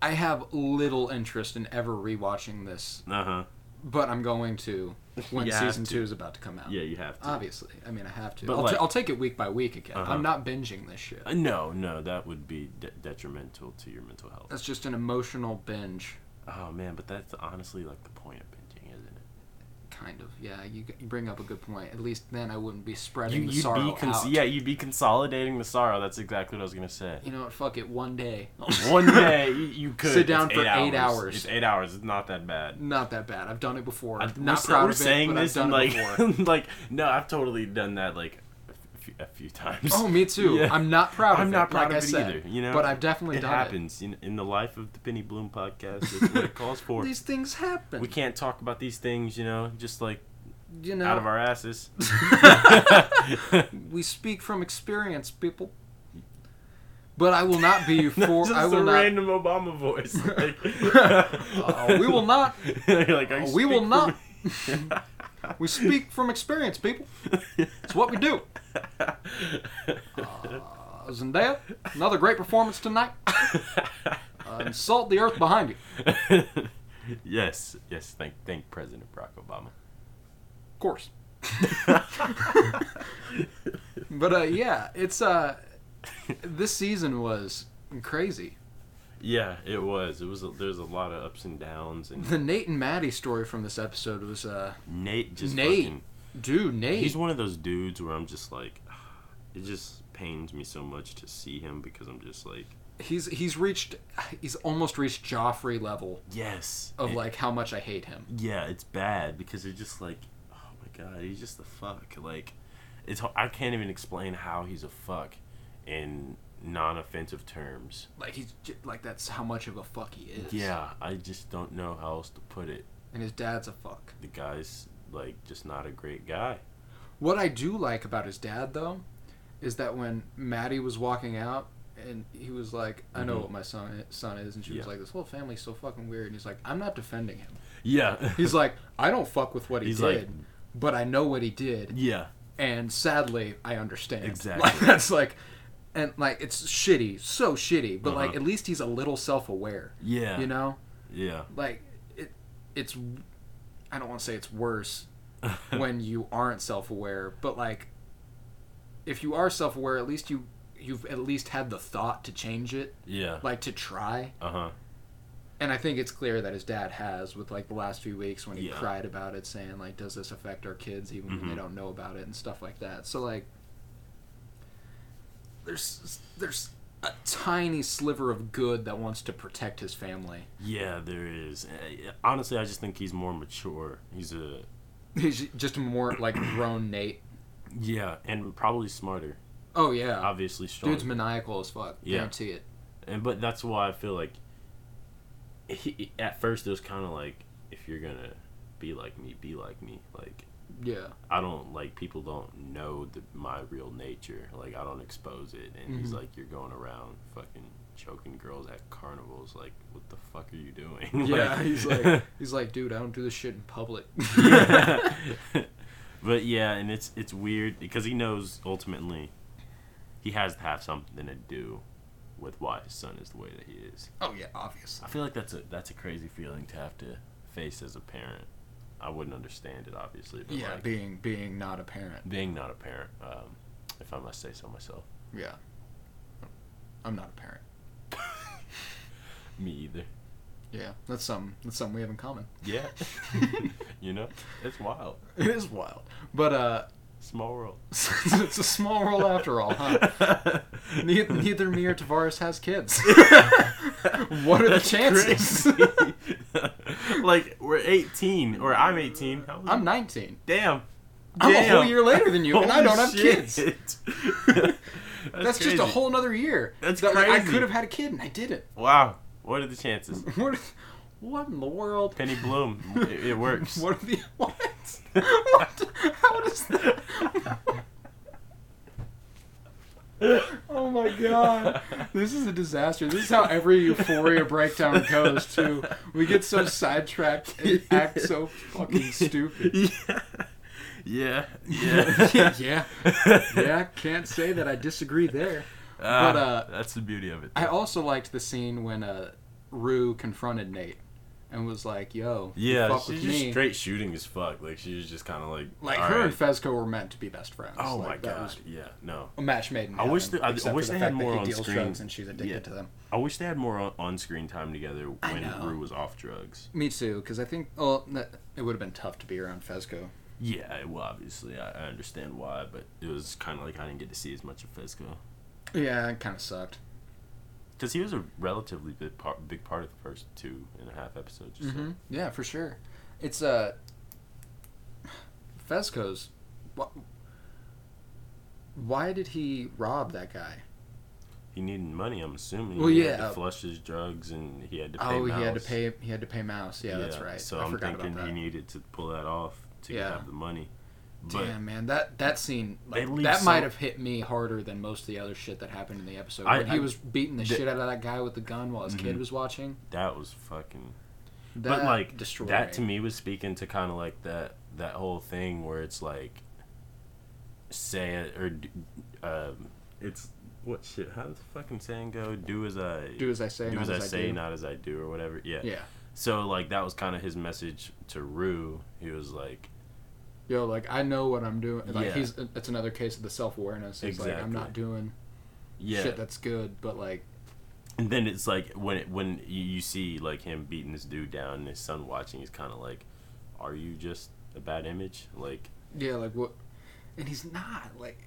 Speaker 1: I have little interest in ever rewatching this,
Speaker 2: uh-huh
Speaker 1: but I'm going to when
Speaker 2: You have
Speaker 1: season
Speaker 2: to.
Speaker 1: two is about to come out.
Speaker 2: yeah you have to
Speaker 1: Obviously, I mean I have to.
Speaker 2: But,
Speaker 1: I'll,
Speaker 2: like-
Speaker 1: t- I'll take it week by week again.
Speaker 2: Uh-huh.
Speaker 1: I'm not binging this shit.
Speaker 2: Uh, no no that would be de- detrimental to your mental health
Speaker 1: That's just an emotional binge,
Speaker 2: oh man but that's honestly like the point of binging isn't it
Speaker 1: kind of. Yeah, you, g- you bring up a good point. At least then I wouldn't be spreading
Speaker 2: you,
Speaker 1: the
Speaker 2: you'd
Speaker 1: sorrow
Speaker 2: be cons-
Speaker 1: out.
Speaker 2: yeah you'd be consolidating the sorrow that's exactly what i was gonna say
Speaker 1: You know what? Fuck it. One day.
Speaker 2: One day you- you could
Speaker 1: Sit down
Speaker 2: It's
Speaker 1: for eight hours.
Speaker 2: It's eight hours. It's not that bad.
Speaker 1: Not that bad. I've done it before.
Speaker 2: I-
Speaker 1: not
Speaker 2: we're,
Speaker 1: proud
Speaker 2: we're
Speaker 1: of it,
Speaker 2: saying
Speaker 1: but
Speaker 2: this
Speaker 1: I've
Speaker 2: and
Speaker 1: done it
Speaker 2: like,
Speaker 1: before.
Speaker 2: like no, I've totally done that like a few, a few times.
Speaker 1: oh, me too.
Speaker 2: Yeah.
Speaker 1: I'm not proud. Of
Speaker 2: I'm
Speaker 1: it,
Speaker 2: not
Speaker 1: like
Speaker 2: proud of
Speaker 1: I
Speaker 2: it
Speaker 1: said,
Speaker 2: either. You know,
Speaker 1: but I've definitely
Speaker 2: it
Speaker 1: done
Speaker 2: happens In, in the life of the Penny Bloom podcast. It's what it calls
Speaker 1: it.
Speaker 2: for.
Speaker 1: These things happen.
Speaker 2: we can't talk about these things, you know, just like
Speaker 1: you know,
Speaker 2: out of our asses.
Speaker 1: we speak from experience, people. But I will not be
Speaker 2: That's
Speaker 1: for.
Speaker 2: just
Speaker 1: I
Speaker 2: a
Speaker 1: will not.
Speaker 2: random Obama voice. like-
Speaker 1: Uh, we will not.
Speaker 2: You're like, I
Speaker 1: we will not.
Speaker 2: speak for
Speaker 1: We speak from experience, people.
Speaker 2: me.
Speaker 1: It's what we do. Uh, Zendaya, another great performance tonight. Uh, insult the earth behind you. Of
Speaker 2: yes, yes. Thank, thank President Barack Obama.
Speaker 1: course. But uh, yeah, it's uh, this season was crazy.
Speaker 2: Yeah, it was. It was. A, there's a lot of ups and downs, and
Speaker 1: The Nate and Maddie story from this episode was uh
Speaker 2: Nate just
Speaker 1: Nate.
Speaker 2: fucking.
Speaker 1: dude, Nate.
Speaker 2: He's one of those dudes where I'm just like, it just pains me so much to see him because I'm just like,
Speaker 1: he's he's reached he's almost reached Joffrey level
Speaker 2: yes,
Speaker 1: of
Speaker 2: it-
Speaker 1: like how much I hate him.
Speaker 2: yeah, it's bad because you're just like, oh my god, he's just a fuck. Like, it's ho- I can't even explain how he's a fuck in non-offensive terms.
Speaker 1: Like he's j- like that's how much of a fuck he is.
Speaker 2: Yeah, I just don't know how else to put it.
Speaker 1: And his dad's a fuck.
Speaker 2: The guy's like just not a great guy.
Speaker 1: What I do like about his dad though is that when Maddie was walking out and he was like, I know
Speaker 2: Mhm.
Speaker 1: what my son son is and she was
Speaker 2: Yeah.
Speaker 1: like, This whole family's so fucking weird and he's like, I'm not defending him.
Speaker 2: Yeah,
Speaker 1: He's like, I don't fuck with what he
Speaker 2: He's
Speaker 1: did,
Speaker 2: like-
Speaker 1: but I know what he did,
Speaker 2: yeah,
Speaker 1: and sadly, I understand.
Speaker 2: Exactly.
Speaker 1: Like, that's like, and like it's shitty, so shitty. But like,
Speaker 2: Uh-huh.
Speaker 1: at least he's a little self-aware.
Speaker 2: yeah,
Speaker 1: You know,
Speaker 2: yeah.
Speaker 1: like it, it's. I don't want to say it's worse when you aren't self-aware, but like, if you are self-aware, at least you you've at least had the thought to change it,
Speaker 2: yeah,
Speaker 1: like to try
Speaker 2: uh huh.
Speaker 1: and I think it's clear that his dad has with like the last few weeks when he
Speaker 2: Yeah.
Speaker 1: cried about it, saying like, "Does this affect our kids even when they
Speaker 2: Mhm.
Speaker 1: don't know about it and stuff like that?" So like, there's there's a tiny sliver of good that wants to protect his family.
Speaker 2: Yeah, there is. Uh, Honestly, I just think he's more mature. He's a
Speaker 1: He's just a more like grown Nate.
Speaker 2: yeah, and probably smarter.
Speaker 1: Oh yeah,
Speaker 2: Obviously stronger.
Speaker 1: dude's maniacal as fuck.
Speaker 2: Yeah.
Speaker 1: Guarantee it.
Speaker 2: and but that's why I feel like he, at first it was kind of like if you're gonna be like me, be like me. Like
Speaker 1: Yeah,
Speaker 2: I don't like people don't know the, my real nature. Like I don't expose it. And he's
Speaker 1: Mhm.
Speaker 2: like, you're going around fucking choking girls at carnivals. Like what the fuck are you doing?
Speaker 1: yeah. He's like, he's like, dude, I don't do this shit in public.
Speaker 2: but yeah, and it's it's weird because he knows ultimately he has to have something to do with why his son is the way that he is.
Speaker 1: oh yeah, obviously.
Speaker 2: I feel like that's a that's a crazy feeling to have to face as a parent. I wouldn't understand it obviously, but
Speaker 1: Yeah,
Speaker 2: like,
Speaker 1: being being not a parent.
Speaker 2: being not a parent, um, if I must say so myself,
Speaker 1: Yeah, I'm not a parent.
Speaker 2: me either.
Speaker 1: Yeah, that's something. That's something we have in common.
Speaker 2: Yeah, you know, it's wild,
Speaker 1: It is wild, but uh,
Speaker 2: small world.
Speaker 1: it's a small world after all, huh? Neither, neither me or Tavares has kids. what are the
Speaker 2: That's
Speaker 1: chances?
Speaker 2: crazy. like we're 18, or I'm 18. How old are
Speaker 1: I'm
Speaker 2: you?
Speaker 1: 19.
Speaker 2: Damn.
Speaker 1: I'm a whole
Speaker 2: Damn.
Speaker 1: year later than you, and I
Speaker 2: Holy
Speaker 1: don't have kids.
Speaker 2: shit.
Speaker 1: That's, just a
Speaker 2: crazy.
Speaker 1: whole nother year.
Speaker 2: That's
Speaker 1: that, like, I
Speaker 2: crazy.
Speaker 1: could have had a kid, and I didn't.
Speaker 2: Wow. What are the chances?
Speaker 1: What? What in the world?
Speaker 2: Penny Bloom. It, it works.
Speaker 1: What are the what? what? How does that? oh my god, this is a disaster. This is how every Euphoria breakdown goes too. We get so sidetracked and act so fucking stupid.
Speaker 2: Yeah. Yeah. Yeah.
Speaker 1: yeah,
Speaker 2: yeah.
Speaker 1: yeah. Can't say that I disagree there.
Speaker 2: Ah,
Speaker 1: But, uh,
Speaker 2: that's the beauty of it.
Speaker 1: I also liked the scene when uh, Rue confronted Nate and was like, "Yo, you
Speaker 2: yeah,
Speaker 1: fuck
Speaker 2: she's
Speaker 1: with
Speaker 2: just
Speaker 1: me."
Speaker 2: straight shooting as fuck. Like she was just kind of like,
Speaker 1: like
Speaker 2: all
Speaker 1: her
Speaker 2: right.
Speaker 1: and Fezco were meant to be best friends.
Speaker 2: Oh
Speaker 1: Like,
Speaker 2: my
Speaker 1: that
Speaker 2: god.
Speaker 1: was
Speaker 2: Yeah. No.
Speaker 1: a match made in
Speaker 2: I wish
Speaker 1: heaven,
Speaker 2: they- I- I
Speaker 1: except
Speaker 2: wish
Speaker 1: for the
Speaker 2: they
Speaker 1: fact
Speaker 2: had
Speaker 1: that
Speaker 2: more
Speaker 1: he
Speaker 2: on
Speaker 1: deals
Speaker 2: screen.
Speaker 1: drugs and she's addicted
Speaker 2: Yeah.
Speaker 1: to them.
Speaker 2: I wish they had more on, on screen time together
Speaker 1: I
Speaker 2: when
Speaker 1: know.
Speaker 2: Rue was off drugs.
Speaker 1: Me too, because I think well, n- it would have been tough to be around Fezco.
Speaker 2: Yeah, well, obviously, I, I understand why, but it was kind of like I didn't get to see as much of Fesco.
Speaker 1: Yeah, it kind of sucked.
Speaker 2: Because he was a relatively big part, big part of the first two and a half episodes. Or so.
Speaker 1: Mhm. Yeah, for sure. It's uh, Fezco's. wh- Why did he rob that guy?
Speaker 2: He needed money, I'm assuming.
Speaker 1: Well,
Speaker 2: he
Speaker 1: yeah.
Speaker 2: had to flush his drugs and he had to pay
Speaker 1: Oh, he had to
Speaker 2: Mouse.
Speaker 1: pay. He had to pay Mouse. Yeah, that's right.
Speaker 2: So
Speaker 1: I
Speaker 2: am
Speaker 1: forgot
Speaker 2: thinking
Speaker 1: about
Speaker 2: he
Speaker 1: that.
Speaker 2: needed to pull that off to
Speaker 1: Yeah.
Speaker 2: have the money. But
Speaker 1: Damn man, that that scene like,
Speaker 2: They leave
Speaker 1: that
Speaker 2: some-
Speaker 1: might have hit me harder than most of the other shit that happened in the episode.
Speaker 2: I-
Speaker 1: when he
Speaker 2: I-
Speaker 1: was beating the,
Speaker 2: the-
Speaker 1: shit out of that guy with the gun while his kid
Speaker 2: Mhm.
Speaker 1: was watching.
Speaker 2: that was fucking.
Speaker 1: That
Speaker 2: but like
Speaker 1: destroyed
Speaker 2: that
Speaker 1: me.
Speaker 2: to me was speaking to kind of like that that whole thing where it's like, say it or, d- um, it's what shit? How does the fucking saying go? Do as I
Speaker 1: do as I say,
Speaker 2: do
Speaker 1: not
Speaker 2: as I say,
Speaker 1: do.
Speaker 2: not as I do, or whatever. Yeah.
Speaker 1: Yeah,
Speaker 2: So like that was kind of his message to Rue. He was like,
Speaker 1: yo, like I know what I'm doing. Like
Speaker 2: Yeah.
Speaker 1: he's that's another case of the self awareness. He's like I'm
Speaker 2: Exactly.
Speaker 1: not doing
Speaker 2: yeah,
Speaker 1: shit that's good, but like
Speaker 2: and then it's like when it, when you, you see like him beating this dude down and his son watching he's kind of like are you just a bad image like
Speaker 1: Yeah, like what? And he's not. Like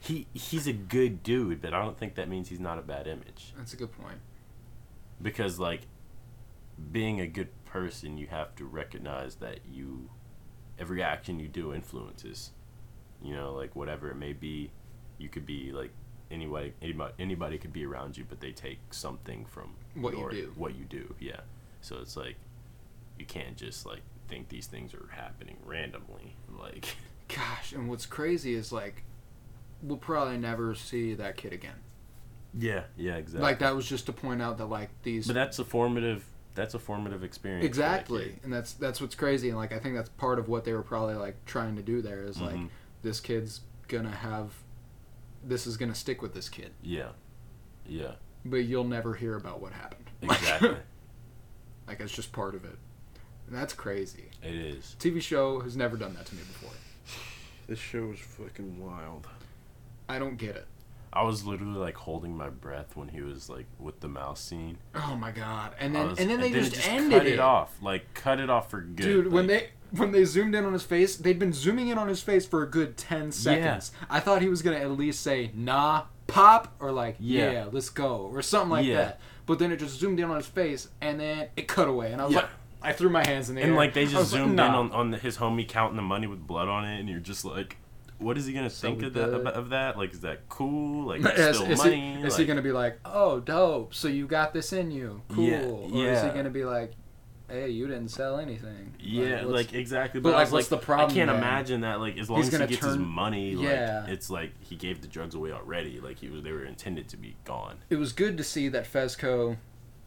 Speaker 2: he he's a good dude but i don't think that means he's not a bad image
Speaker 1: that's a good point.
Speaker 2: because like being a good person you have to recognize that you every action you do influences you know like whatever it may be you could be like anybody anybody, anybody could be around you but they take something from
Speaker 1: What you do.
Speaker 2: what you do yeah so it's like you can't just like think these things are happening randomly like
Speaker 1: Gosh, and what's crazy is like we'll probably never see that kid again.
Speaker 2: yeah yeah exactly
Speaker 1: Like that was just to point out that like these
Speaker 2: but that's a formative that's a formative experience for that
Speaker 1: exactly,
Speaker 2: kid.
Speaker 1: and that's that's what's crazy, and like I think that's part of what they were probably like trying to do there is, like
Speaker 2: Mhm.
Speaker 1: this kid's gonna have this is gonna stick with this kid,
Speaker 2: yeah yeah
Speaker 1: but you'll never hear about what happened. Like-
Speaker 2: exactly
Speaker 1: like it's just part of it, and that's crazy.
Speaker 2: it is
Speaker 1: TV show has never done that to me before.
Speaker 2: This show was fucking wild.
Speaker 1: I don't get it.
Speaker 2: I was literally like holding my breath when he was like with the mouse scene.
Speaker 1: Oh my god! And
Speaker 2: I
Speaker 1: then
Speaker 2: was-
Speaker 1: and then they
Speaker 2: it
Speaker 1: just, ended
Speaker 2: cut it. off, like cut it off for good.
Speaker 1: Dude, when
Speaker 2: like,
Speaker 1: they when they zoomed in on his face, they'd been zooming in on his face for a good ten seconds. I thought he was gonna at least say "Nah, pop" or like
Speaker 2: Yeah.
Speaker 1: "Yeah, let's go" or something like
Speaker 2: Yeah.
Speaker 1: that. But then it just zoomed in on his face, and then it cut away, and I was
Speaker 2: Yeah.
Speaker 1: like, I threw my hands in the air,
Speaker 2: and like they
Speaker 1: I
Speaker 2: just
Speaker 1: was like,
Speaker 2: zoomed in
Speaker 1: "Nah."
Speaker 2: on on the, his homie counting the money with blood on it, and you're just like, what is he gonna think
Speaker 1: we
Speaker 2: of that?
Speaker 1: did.
Speaker 2: Of that? Like, is that cool? Like,
Speaker 1: Is,
Speaker 2: it's still
Speaker 1: is
Speaker 2: money?
Speaker 1: he, is
Speaker 2: like,
Speaker 1: he gonna be like, "Oh, dope! So you got this in you, cool,"
Speaker 2: Yeah,
Speaker 1: or is he
Speaker 2: yeah.
Speaker 1: gonna be like, "Hey, you didn't sell anything"?
Speaker 2: Yeah,
Speaker 1: what's-
Speaker 2: like exactly.
Speaker 1: but,
Speaker 2: But,
Speaker 1: like,
Speaker 2: I was
Speaker 1: what's
Speaker 2: like,
Speaker 1: the problem
Speaker 2: I can't
Speaker 1: then?
Speaker 2: imagine that. Like, as long
Speaker 1: He's
Speaker 2: as he
Speaker 1: gonna
Speaker 2: gets his
Speaker 1: turn-
Speaker 2: money, like,
Speaker 1: Yeah.
Speaker 2: it's like he gave the drugs away already. Like, he was they were intended to be gone.
Speaker 1: it was good to see that Fezco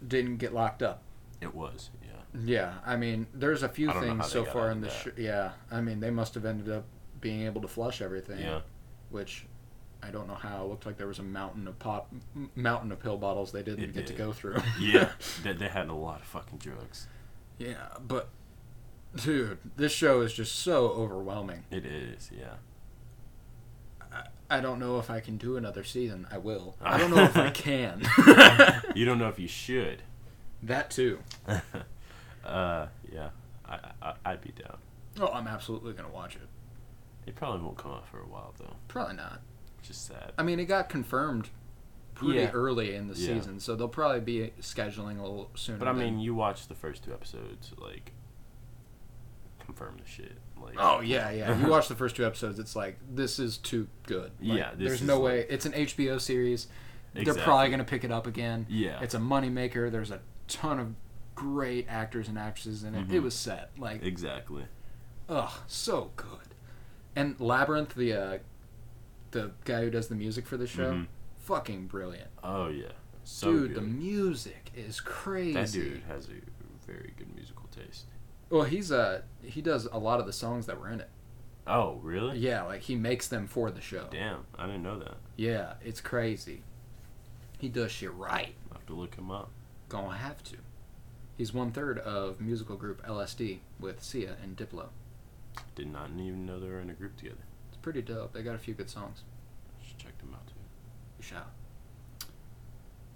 Speaker 1: didn't get locked up.
Speaker 2: It was, yeah.
Speaker 1: Yeah, I mean, there's a few
Speaker 2: I don't know how
Speaker 1: things
Speaker 2: they
Speaker 1: so
Speaker 2: got
Speaker 1: far
Speaker 2: out
Speaker 1: in
Speaker 2: of
Speaker 1: this. Sh-
Speaker 2: that.
Speaker 1: yeah, I mean, they must have ended up being able to flush everything.
Speaker 2: Yeah.
Speaker 1: Which I don't know how. It looked like there was a mountain of pop, m- mountain of pill bottles they didn't
Speaker 2: It
Speaker 1: get to
Speaker 2: did.
Speaker 1: go through.
Speaker 2: Yeah, they, they had a lot of fucking drugs.
Speaker 1: yeah, but dude, this show is just so overwhelming.
Speaker 2: It is, yeah.
Speaker 1: I don't know if I can do another season. I will. I don't know if I can.
Speaker 2: You don't know if you should.
Speaker 1: that too.
Speaker 2: Uh, yeah, I, I I'd be down.
Speaker 1: Oh, I'm absolutely gonna watch it.
Speaker 2: It probably won't come out for a while though,
Speaker 1: Probably not.
Speaker 2: which is sad.
Speaker 1: I mean, it got confirmed pretty
Speaker 2: Yeah.
Speaker 1: early in the
Speaker 2: Yeah.
Speaker 1: season, so they'll probably be scheduling a little sooner.
Speaker 2: But I
Speaker 1: than-
Speaker 2: mean, you watched the first two episodes, like confirm the shit. Like,
Speaker 1: Oh yeah, yeah. You watch the first two episodes, it's like this is too good. Like,
Speaker 2: Yeah, this
Speaker 1: there's
Speaker 2: is
Speaker 1: no
Speaker 2: like-
Speaker 1: way. It's an HBO series. They're probably
Speaker 2: Exactly.
Speaker 1: gonna pick it up again.
Speaker 2: Yeah.
Speaker 1: it's a moneymaker. There's a ton of great actors and actresses in it. It was set like
Speaker 2: exactly.
Speaker 1: ugh, so good. And Labyrinth, the uh, the guy who does the music for the show,
Speaker 2: Mhm.
Speaker 1: fucking brilliant,
Speaker 2: Oh yeah, so
Speaker 1: dude. The
Speaker 2: good.
Speaker 1: music is crazy.
Speaker 2: that dude has a very good musical taste.
Speaker 1: Well, he's uh he does a lot of the songs that were in it.
Speaker 2: Oh really?
Speaker 1: Yeah, like he makes them for the show.
Speaker 2: Damn, I didn't know that.
Speaker 1: Yeah, it's crazy. He does shit right.
Speaker 2: I have to look him up.
Speaker 1: Gonna have to. He's one third of musical group LSD with Sia and Diplo.
Speaker 2: Did not even know they were in a group together.
Speaker 1: It's pretty dope. They got a few good songs.
Speaker 2: I should check them out too.
Speaker 1: You shall.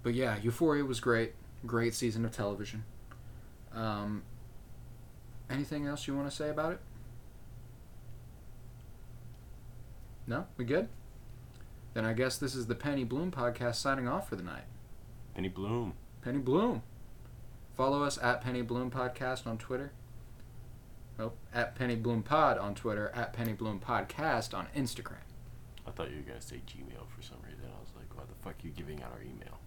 Speaker 1: But yeah, Euphoria was great. Great season of television. Um, anything else you want to say about it? No? We good? Then I guess this is the Penny Bloom podcast signing off for the night.
Speaker 2: Penny Bloom.
Speaker 1: Penny Bloom. Follow us at Penny Bloom Podcast on Twitter. Oh, at Penny Bloom Pod on Twitter, at Penny Bloom Podcast on Instagram.
Speaker 2: I thought you were gonna say Gmail for some reason. I was like, why the fuck are you giving out our email?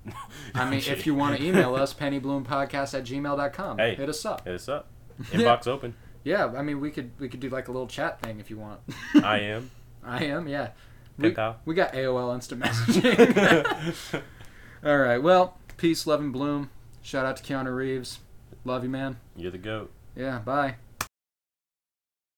Speaker 1: I mean, if you want to email us, pennybloomPodcast at gmail.com.
Speaker 2: Hey.
Speaker 1: Hit us up.
Speaker 2: hit us up.
Speaker 1: Yeah.
Speaker 2: Inbox open.
Speaker 1: Yeah, I mean, we could we could do like a little chat thing if you want.
Speaker 2: I am.
Speaker 1: I am, yeah.
Speaker 2: Pen
Speaker 1: We,
Speaker 2: pal.
Speaker 1: we got AOL instant messaging. All right, well, peace, love, and bloom. Shout out to Keanu Reeves. Love you, man.
Speaker 2: You're the goat.
Speaker 1: Yeah, bye.